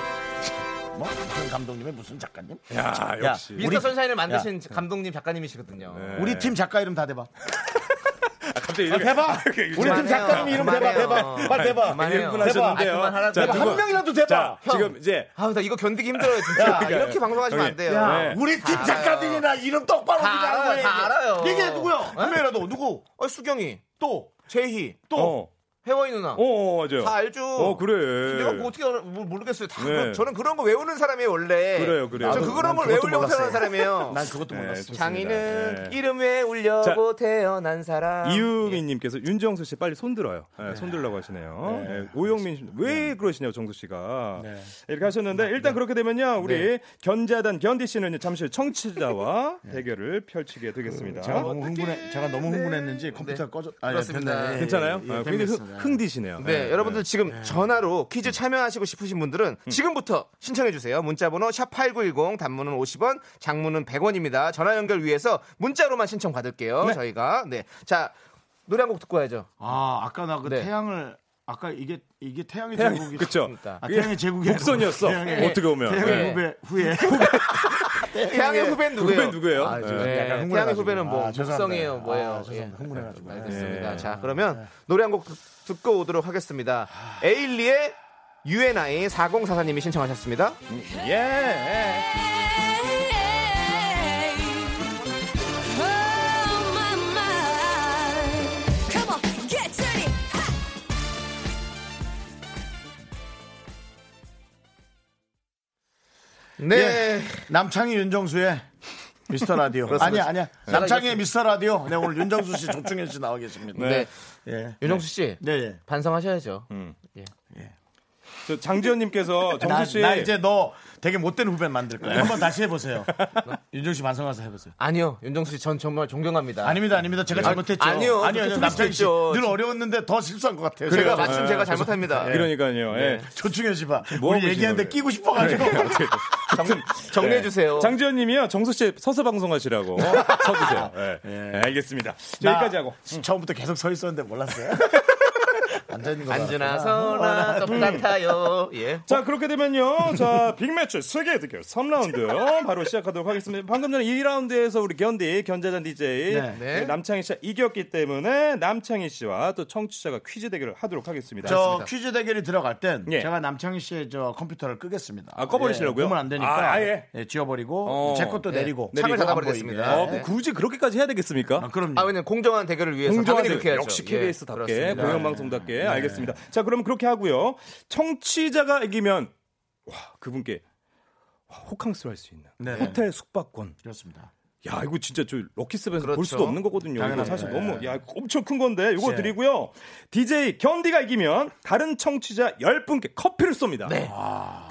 뭐? 무슨 감독님의 무슨 작가님?
야,
역시.
미스터
우리-
선샤인을 만드신 감독님 작가님이시거든요.
우리 팀 작가 이름 다 대봐.
네. 갑자기
네. 아, 대봐. 우리 팀
그만해요.
작가님 이름 대봐,
그만해요.
대봐. 빨리 대봐.
그만해요.
대봐.
하셨는데요.
아, 그만하라고.
자,
대봐.
두
한
분.
명이라도 대봐.
자,
형.
지금 이제
아우 나 이거 견디기 힘들어요 진짜. 이렇게 방송하시면 안 돼요.
야,
네.
우리 팀
다
작가들이나 이름 똑바로
다
어, 얘기하는
알아요,
거야.
다 알아요. 네?
얘기해 누구야? 한 명이라도 누구?
어, 수경이
또
제희
또 어,
혜원이 누나
어, 맞아요.
다 알죠.
어, 그래.
내가 뭐 어떻게 알아, 뭐 모르겠어요. 다
네.
그런- 저는 그런 거 외우는 사람이에요 원래.
그래요, 그래요.
저
나도-
그런
난
걸
그것도
외우려고
몰랐어요.
태어난 사람이에요.
[LAUGHS] 난 그것도
네,
몰랐어.
좋습니다.
장인은
네.
이름 외우려고 태어난
아,
사람.
이유민님께서 윤정수 씨 빨리 손 들어요. 네, 손 들라고 하시네요. 네. 오영민 씨 왜 그러시냐고 정수 씨가
네.
이렇게 하셨는데 일단 그렇게 되면요 우리 견자단 견디 씨는 잠시 후
[LAUGHS]
청취자와
네.
대결을 펼치게 되겠습니다. 어?
제가 너무 흥분해. 제가 너무 흥분했는지 컴퓨터가 꺼져. 아,
네. 그렇습니다.
괜찮아요?
예,
아, 굉장히
예,
흥-
팬이었습니다.
흥디시네요.
네, 여러분들 지금 전화로 퀴즈 참여하시고 싶으신 분들은 지금부터 신청해 주세요. 문자 번호 샵 8910 단문은 50원, 장문은 100원입니다. 전화 연결 위해서 문자로만 신청 받을게요. 저희가. 네. 자, 노래 한 곡 듣고 와야죠.
아, 아까 나 그
네.
태양을 아까 이게 이게 태양의
네. 태양
제국이
그쵸?
아, 태양의 제국이
복선이었어.
아니고 태양의-
예, 어떻게 보면
태양의
네. [LAUGHS]
후배 후예.
태양의 후배는 누구예요?
후배는 누구예요?
아, 지금
네,
약간 흥분해가지고.
태양의 후배는 뭐
아, 죄송합니다.
목성이에요, 뭐예요?
아, 죄송합니다.
예.
흥분해가지고.
알겠습니다.
예.
자, 그러면 노래 한 곡 듣고 오도록 하겠습니다. 에일리의 UNI 4044님이 신청하셨습니다.
예.
네.
예. 남창희 윤정수의 미스터 라디오. 아니야, 아니야. 남창희의 미스터 라디오. 네, 오늘 윤정수 씨, 조충현 씨 나와 계십니다.
네.
예.
윤정수 씨.
네, 예.
반성하셔야죠.
저 장지현님께서
나,
정수 씨
나 이제 너 되게 못된 후배 만들 거야. 한번 다시 [LAUGHS] 해보세요. 윤종 씨 반성하서 해보세요.
아니요, 윤정수 씨 전 정말 존경합니다.
아닙니다, 아닙니다. 제가
아,
잘못했죠.
아니요,
아니요,
그렇게
남창희 씨.
틀리셨죠.
늘 어려웠는데 더 실수한 것 같아요.
제가
제가.
맞춤 제가 잘못합니다.
그러니까요.
네.
예.
조충현 씨 봐.
뭐
우리
하고 네.
얘기하는데
계시는
끼고 싶어가지고. 네.
정리해 주세요.
네. 장지현님이요 정수 씨 서서 방송하시라고 [LAUGHS] 서주세요. 예. 예, 알겠습니다. [LAUGHS]
나
여기까지 하고
처음부터 계속 서 있었는데 몰랐어요. 앉아 있는 거
안주나 서나 똑같아요. 예.
자 그렇게 되면요 자 빅매치 세계 대결 3라운드 바로 시작하도록 하겠습니다 방금 전에 1라운드에서 우리 견디 견자단 DJ
네.
네.
남창희 씨가 이겼기 때문에 남창희 씨와 또 청취자가 퀴즈 대결을 하도록 하겠습니다
저 퀴즈 대결이 들어갈 땐
예.
제가 남창희 씨의 저 컴퓨터를 끄겠습니다.
아, 꺼버리시려고요?
예, 보면 안 되니까.
아, 아예?
예, 지워버리고
어.
제 것도 내리고
창을
내리고 안
닫아버리겠습니다.
보이게. 네.
어, 그럼 굳이 그렇게까지 해야 되겠습니까?
아, 그럼요.
아 왜냐면 공정한 대결을 위해서
공정한
당연히 그렇게
대결.
해야죠.
역시
예,
KBS답게
그렇습니다. 네.
공영방송답게 알겠습니다. 자 그럼 그렇게 하고요. 청취자가 이기면 와 그분께 와, 호캉스를 할 수 있는
네.
호텔 숙박권.
그렇습니다.
야 이거 진짜 저 럭키스에서
그렇죠.
볼 수도 없는 거거든요. 이거
당연하죠.
사실
예.
너무 야 엄청 큰 건데 이거
예.
드리고요. DJ 견디가 이기면 다른 청취자 10분께 커피를 쏩니다.
네.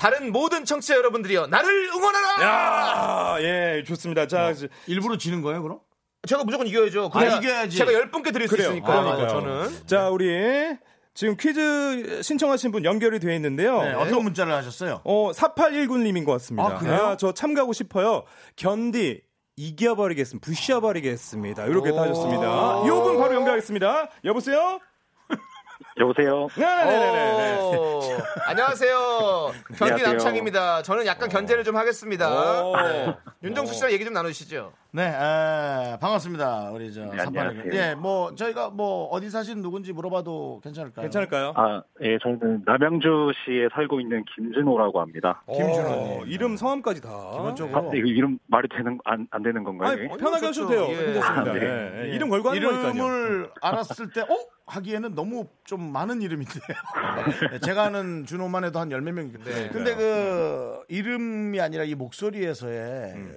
다른 모든 청취자 여러분들이요 나를 응원하라.
야, 예, 좋습니다.
뭐,
자, 이제
일부러 지는 거예요, 그럼?
제가 무조건 이겨야죠.
아,
그래야
이겨야지.
제가 열 분께 드릴
그래요. 아,
수 있으니까.
그러니까요.
아, 저는
자, 우리 지금 퀴즈 신청하신 분 연결이 되어 예. 있는데요.
네, 어떤 문자를 하셨어요?
어, 4819님인 것 같습니다. 네,
아, 그래요?
저 참가하고 싶어요. 견디, 이겨버리겠습니다. 부셔버리겠습니다. 이렇게 따셨습니다. 요분 바로 연결하겠습니다. 여보세요?
[LAUGHS]
네,
여보세요.
네네네네.
오, 안녕하세요. 견디
안녕하세요.
남창입니다. 저는 약간 견제를 좀 하겠습니다.
오.
윤정수 씨랑 얘기 좀 나누시죠.
네, 에, 반갑습니다. 우리 저
네,
삼팔일.
안녕하세요.
예, 뭐 저희가 뭐 어디 사시는 누군지 물어봐도 괜찮을까요?
괜찮을까요?
아, 예, 저는 남양주시에 살고 있는 김준호라고 합니다.
김준호. 어, 이름, 성함까지 다.
아,
기본적으로
이거 이름 말이 되는 안, 안 되는 건가요?
어. 아니,
이게?
편하게
그렇죠.
하셔도 돼요.
예.
괜찮습니다.
아, 네.
예, 예. 이름 걸고 하는 거니까요.
이름을 알았을 때, 어? 하기에는 너무 좀 많은
[LAUGHS]
이름인데. 네, 제가 아는 준호만 해도 한 열몇 명이.
네.
근데 그 이름이 아니라 이 목소리에서의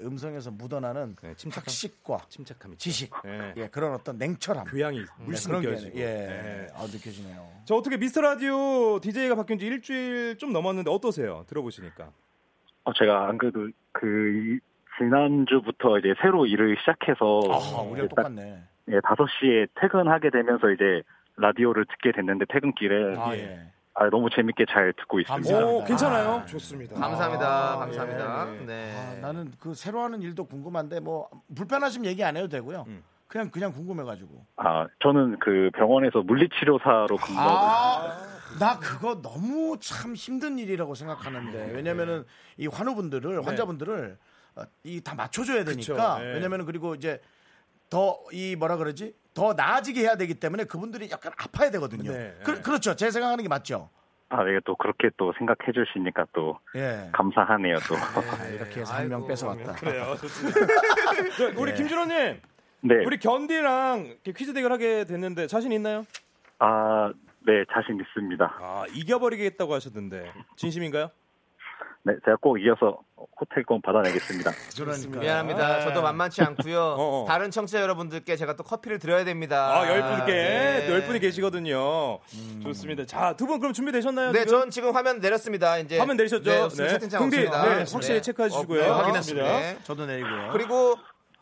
음. 성에서 묻어나는
네, 침착함.
학식과
침착함이
지식,
네.
예, 그런 어떤 냉철함.
교양이
네,
물씬
그런 게
느껴지고.
예,
예.
아, 느껴지네요.
저 어떻게 미스터 라디오 DJ가 바뀐 지 일주일 좀 넘었는데 어떠세요? 들어보시니까.
어, 제가 안 그래도 그 이- 지난주부터 이제 새로 일을 시작해서
아,
이제
우리랑
딱
똑같네.
예, 5시에 퇴근하게 되면서 이제 라디오를 듣게 됐는데 퇴근길에
아, 뭐.
예.
예.
아, 너무 재밌게 잘 듣고 있습니다.
오,
감사합니다.
괜찮아요.
아,
좋습니다.
감사합니다.
아,
감사합니다.
예, 예.
네.
아, 나는 그 새로 하는 일도 궁금한데 뭐 불편하시면 얘기 안 해도 되고요.
음.
그냥 그냥 궁금해가지고.
아, 저는 그 병원에서 물리치료사로 근무하고
아, 나 그거 너무 참 힘든 일이라고 생각하는데 왜냐면은 이 환우분들을 환자분들을 어, 이 다 맞춰줘야 되니까
그쵸, 네.
왜냐면은 그리고 이제 더 이 뭐라 그러지 더 나아지게 해야 되기 때문에 그분들이 약간 아파야 되거든요.
네, 네.
그, 그렇죠. 제 생각하는 게 맞죠.
아, 예, 또 그렇게 또 생각해 주시니까 또
예.
감사하네요, 또.
아, 이렇게 해서 한 명
아이고,
뺏어왔다.
그래요. 좋습니다. 자,
예.
우리 김준호님,
[LAUGHS] 네.
우리 견디랑 이렇게 퀴즈 대결하게 됐는데 자신 있나요?
아, 네, 자신 있습니다.
아 이겨버리겠다고 하셨던데 진심인가요?
네, 제가 꼭 이어서 호텔권 받아내겠습니다.
그러니까.
미안합니다.
네.
저도 만만치 않고요.
[LAUGHS] 어, 어.
다른 청취자 여러분들께 제가 또 커피를 드려야 됩니다.
아 열 분께
네. 음.
열 분이 계시거든요. 좋습니다. 자 두 분 그럼 준비되셨나요?
네,
지금?
전 지금 화면 내렸습니다. 이제
화면 내리셨죠?
네, 없으면
네.
채팅창
근데,
없습니다.
네, 확실히 체크해 주시고요.
어, 네, 확인했습니다.
고맙습니다. 아,
네.
저도 내리고요.
그리고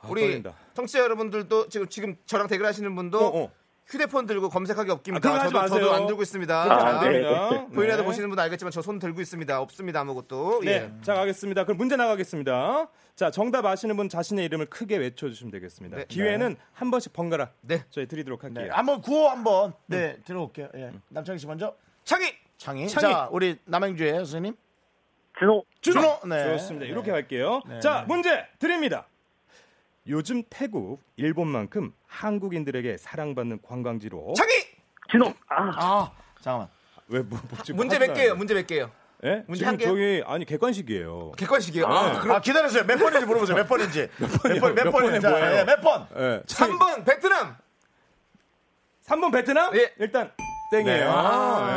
우리
떨린다.
청취자 여러분들도 지금 지금 저랑 대결하시는 분도
어, 어.
휴대폰 들고 검색하기 없깁니다.
아, 그거 하지
저도,
마세요.
저도 안 들고 있습니다.
그렇게
아,
안
네.
됩니다. 네.
보이라도 보시는 분 알겠지만 저 손 들고 있습니다. 없습니다 아무것도.
네,
예.
자 가겠습니다. 그럼 문제 나가겠습니다. 자 정답 아시는 분 자신의 이름을 크게 외쳐주시면 되겠습니다.
네.
기회는 한 번씩 번갈아
네.
저희 드리도록 할게요.
네, 한번 구호 한번 네 들어올게요. 예. 남창희 씨 먼저.
창희
창희.
창희.
자 우리 남양주의 선생님.
진호,
준호. 네.
좋습니다.
네.
이렇게 갈게요. 자 문제 드립니다. 요즘 태국, 일본만큼 한국인들에게 사랑받는 관광지로
창희
진호! 아,
아 잠깐만.
왜 뭐, 뭐 지금
문제
화가
몇 개예요?
나요?
문제 몇 개요?
예?
문제
지금
한 개요?
저기 아니 객관식이에요.
객관식이요. 아, 그럼
아 기다려주세요. 몇 번인지 물어보세요. 몇 번인지. [LAUGHS] 몇 번, 몇
몇
번인지.
번에 뭐예요?
예, 몇 번.
예.
3번 베트남.
3번 베트남?
예. 네.
일단 땡이에요.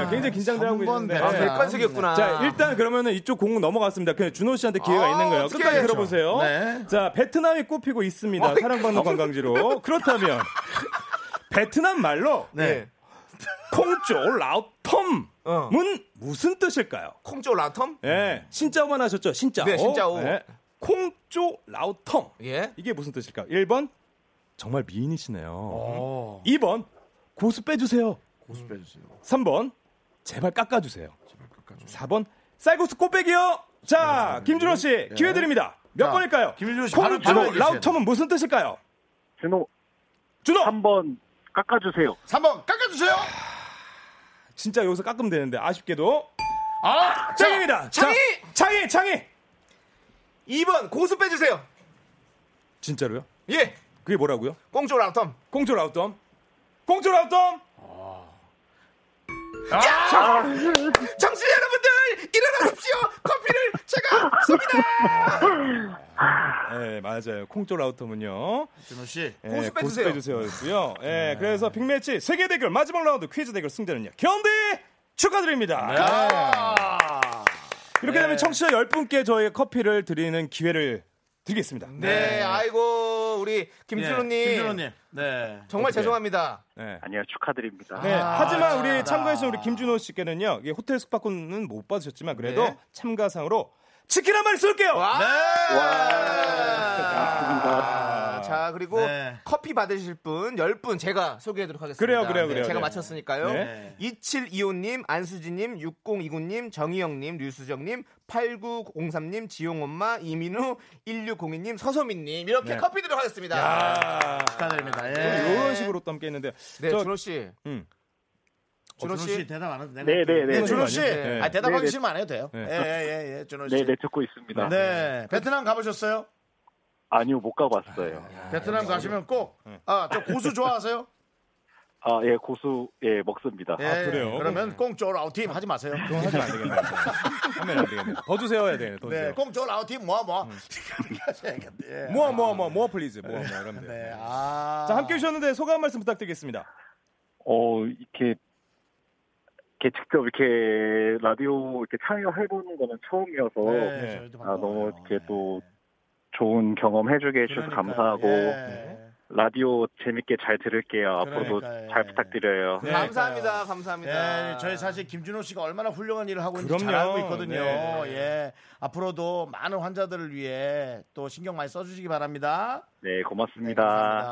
예, 굉장히 긴장들 하고
3번
있는데. 예.
베트남.
아, 객관식이었구나.
네. 자 일단 그러면은 이쪽 공은 넘어갔습니다. 그냥 준호 씨한테 기회가
아,
있는 거예요.
어떻게
끝까지
해야죠. 아,
들어보세요.
네.
자 베트남이 꼽히고 있습니다. 사랑받는 관광지로
[LAUGHS]
그렇다면 베트남 말로
네.
콩쪼 라우텀 문 무슨 뜻일까요?
콩조 라텀?
예. 신짜오만 하셨죠? 신짜오.
네, 신짜오.
예. 콩조 라우텀.
예?
이게 무슨 뜻일까요? 1번 정말
어.
미인이시네요. 2번 고수 빼주세요.
고수 빼주세요.
3번 제발 깎아주세요. 4번 쌀국수 꼬빼기요. 자, 김준호 씨 기회 드립니다. 몇
자,
번일까요?
김준호 씨 바로-
콩조
바로 얘기하셔야 돼요.
라우텀은 무슨 뜻일까요?
준호.
준호.
3번 깎아주세요.
3번 깎아주세요.
진짜 여기서 깎으면 되는데 아쉽게도
아,
짱입니다.
창희!
창희, 창희.
2번 고수 빼주세요.
진짜로요?
예.
그게 뭐라고요?
꽁조 라우텀.
꽁조 라우텀. 꽁조 라우텀.
야! 정신 여러분들 일어나십시오. 커피를 제가 쏩니다.
예, 맞아요. 콩조 라우텀은요.
준호 씨.
예,
고수 빼주세요. [LAUGHS] 네.
고수빼주세요였고요. 예, 그래서 빅매치 세계 대결 마지막 라운드 퀴즈 대결 승자는요. 견디
네.
아.
축하드립니다. 이렇게 되면 청취자 10분께 저희 커피를 드리는 기회를 드리겠습니다.
네, 아이고 우리 김준호님.
네. 예, 김준호님. 네.
정말
어떡해.
죄송합니다.
아니요, 축하드립니다.
네,
아,
하지만 우리 참가해주신 우리 김준호 씨께는요. 이게 호텔 숙박권은 못 받으셨지만 그래도
네.
참가상으로 치킨 한 마리 쏠게요. 네!
아, 자 그리고 커피 받으실 분 10분 제가 소개해드리도록 하겠습니다.
네. 그래요, 그래요,
네,
그래요.
제가
네.
마쳤으니까요.
네.
2725님, 안수진님, 6029님, 정희영님, 류수정님, 8903님, 지용엄마, 이민우, 1602님, 서소민님 이렇게
네.
커피 드리도록 하겠습니다.
야.
축하드립니다. 예.
이런 식으로 또 함께 했는데.
네, 준호 씨.
음.
준호
준호
씨
씨
대답 안 해도 되나요?
네, 네, 네.
준호 씨.
네.
아, 대답하기
네, 네.
싫으면 안 해도 돼요. 예,
네.
예, 예, 예. 준호 씨.
네, 네, 듣고 있습니다.
네. 베트남 가보셨어요?
아니요, 못 가봤어요.
아,
베트남 가시면 꼭,
네.
아, 저
[LAUGHS]
고수 좋아하세요?
아, 예, 고수, 예,
아,
먹습니다.
예,
음.
그러면 꽁쪼 라우팀 하지 마세요.
하지 안 되겠네. [LAUGHS] 하면 안 되겠네. 더 주세요 해야 돼. 더
네,
주세요. 음.
꽁쪼 라우팀 모아 모아. [LAUGHS] 이렇게 하셔야겠네. 네. 예.
모아 모아 모아 모아 플리즈 모아 모아 이러면 돼요.
아.
자 함께 해주셨는데 소감 한 말씀 부탁드리겠습니다.
어, 이렇게, 이렇게 직접 이렇게 라디오 이렇게 참여해보는 거는 처음이어서,
네,
아, 너무 이렇게 또
네.
좋은 경험 해주게 해주셔서 감사하고,
예.
라디오 재밌게 잘 들을게요. 앞으로도
예. 그러니까요. 네.
잘 부탁드려요.
네,
감사합니다. 감사합니다.
예, 저희 사실 김준호 씨가 얼마나 훌륭한 일을 하고 있는지 잘
그럼요.
알고 있거든요.
네.
예, 앞으로도 많은 환자들을 위해 또 신경 많이 써주시기 바랍니다.
네, 고맙습니다.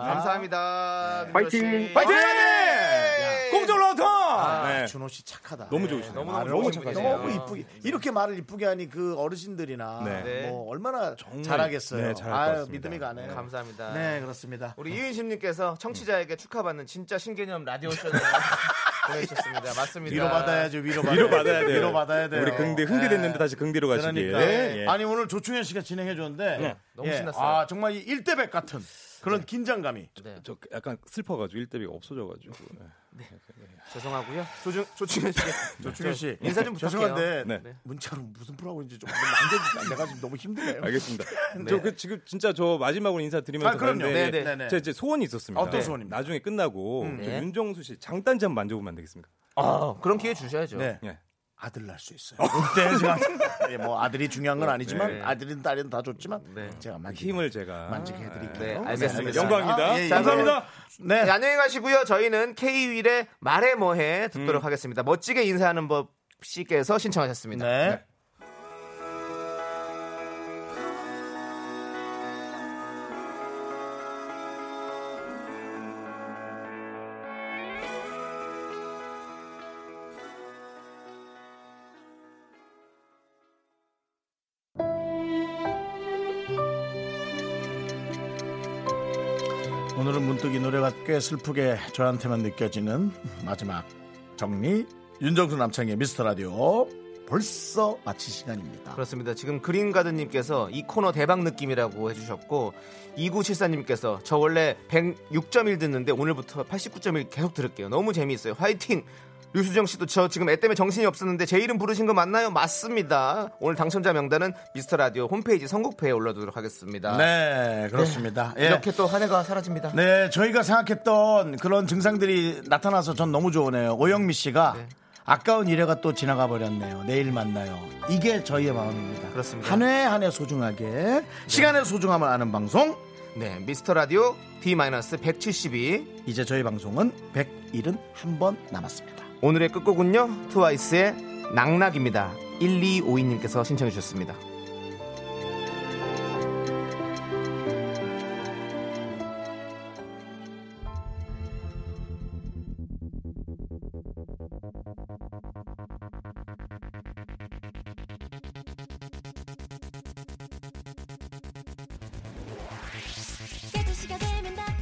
감사합니다.
네.
준호 씨.
화이팅!
파이팅!
야.
공조 라우터.
아,
네.
준호 씨 착하다.
너무 좋으시네요.
너무
아,
너무
너무
착하세요.
착하시네요.
너무 이쁘게 이렇게 말을 이쁘게 하니 그 어르신들이나
네.
뭐 얼마나 잘하겠어요.
네, 잘할 것
아유,
같습니다.
믿음이 가네요.
감사합니다.
네, 그렇습니다.
우리 이은심님께서 청취자에게 축하받는 진짜 신개념 라디오 쇼를
[LAUGHS]
보내주셨습니다. 맞습니다.
위로 받아야죠. 위로 받아야
위로 받아야 돼요.
위로 받아야 돼요.
우리 긍디 흥디 됐는데
예.
다시 긍디로 가시길.
그러니까
예.
아니 오늘 조충현 씨가 진행해 줬는데
네.
너무 신났어요.
아 정말 이 1대100 같은 그런 긴장감이
네,
저 약간 슬퍼가지고 1대비가 없어져가지고.
죄송하고요. 조중 조충현 씨,
조충현 씨
인사 좀 부탁해요.
죄송한데
네.
문자로 무슨 프로그램인지 조금 남겨주세요. 내가 지금 너무 힘드네요.
알겠습니다. 저 그 지금 진짜 저 마지막으로 인사 드리면서
아, 그럼요.
가는데
네, 네, 네.
제 이제 소원이 있었습니다.
어떤 음, 예. 소원입니다?
나중에 끝나고 저
네.
윤정수 씨 장단지 한번 만져보면 안 되겠습니까?
아, 그런 기회 주셔야죠.
네.
예.
아들 낳을 수 있어요. 네, 제가- [LAUGHS] 예, 뭐 아들이 중요한 건 아니지만
네.
아들이든 딸이든 다 좋지만
네.
제가 만지게,
힘을 제가 아,
만지게 해드릴게요.
네, 알겠습니다.
영광입니다.
아, 예, 예.
감사합니다.
네.
네, 안녕히 가시고요. 저희는 K-윌의 말해 뭐해
음.
듣도록 하겠습니다. 멋지게 인사하는 법 씨께서 신청하셨습니다.
네. 오늘은 문득 이 노래가 꽤 슬프게 저한테만 느껴지는 마지막 정리 윤정수 남창의 미스터 라디오 벌써 마칠 시간입니다.
그렇습니다. 지금 그린가든님께서 이 코너 대박 느낌이라고 해주셨고 2974님께서 저 원래 106.1 듣는데 오늘부터 89.1 계속 들을게요. 너무 재미있어요. 화이팅! 류수정 씨도 저 지금 애 때문에 정신이 없었는데 제 이름 부르신 거 맞나요? 맞습니다. 오늘 당첨자 명단은 미스터 라디오 홈페이지 선곡표에 올려두도록 하겠습니다.
네 그렇습니다. 예.
이렇게 또 한 해가 사라집니다.
네 저희가 생각했던 그런 증상들이 나타나서 전 너무 좋으네요. 오영미 씨가 아까운 일회가 또 지나가 버렸네요. 내일 만나요. 이게 저희의 마음입니다.
그렇습니다.
한 회 한 회 소중하게 시간의 소중함을 아는 방송
네, 미스터 라디오 D-172
이제 저희 방송은 101은 한 번 남았습니다.
오늘의 끝곡은요 트와이스의 낙낙입니다 1252님께서 신청해 주셨습니다
깨진 시가 되면 다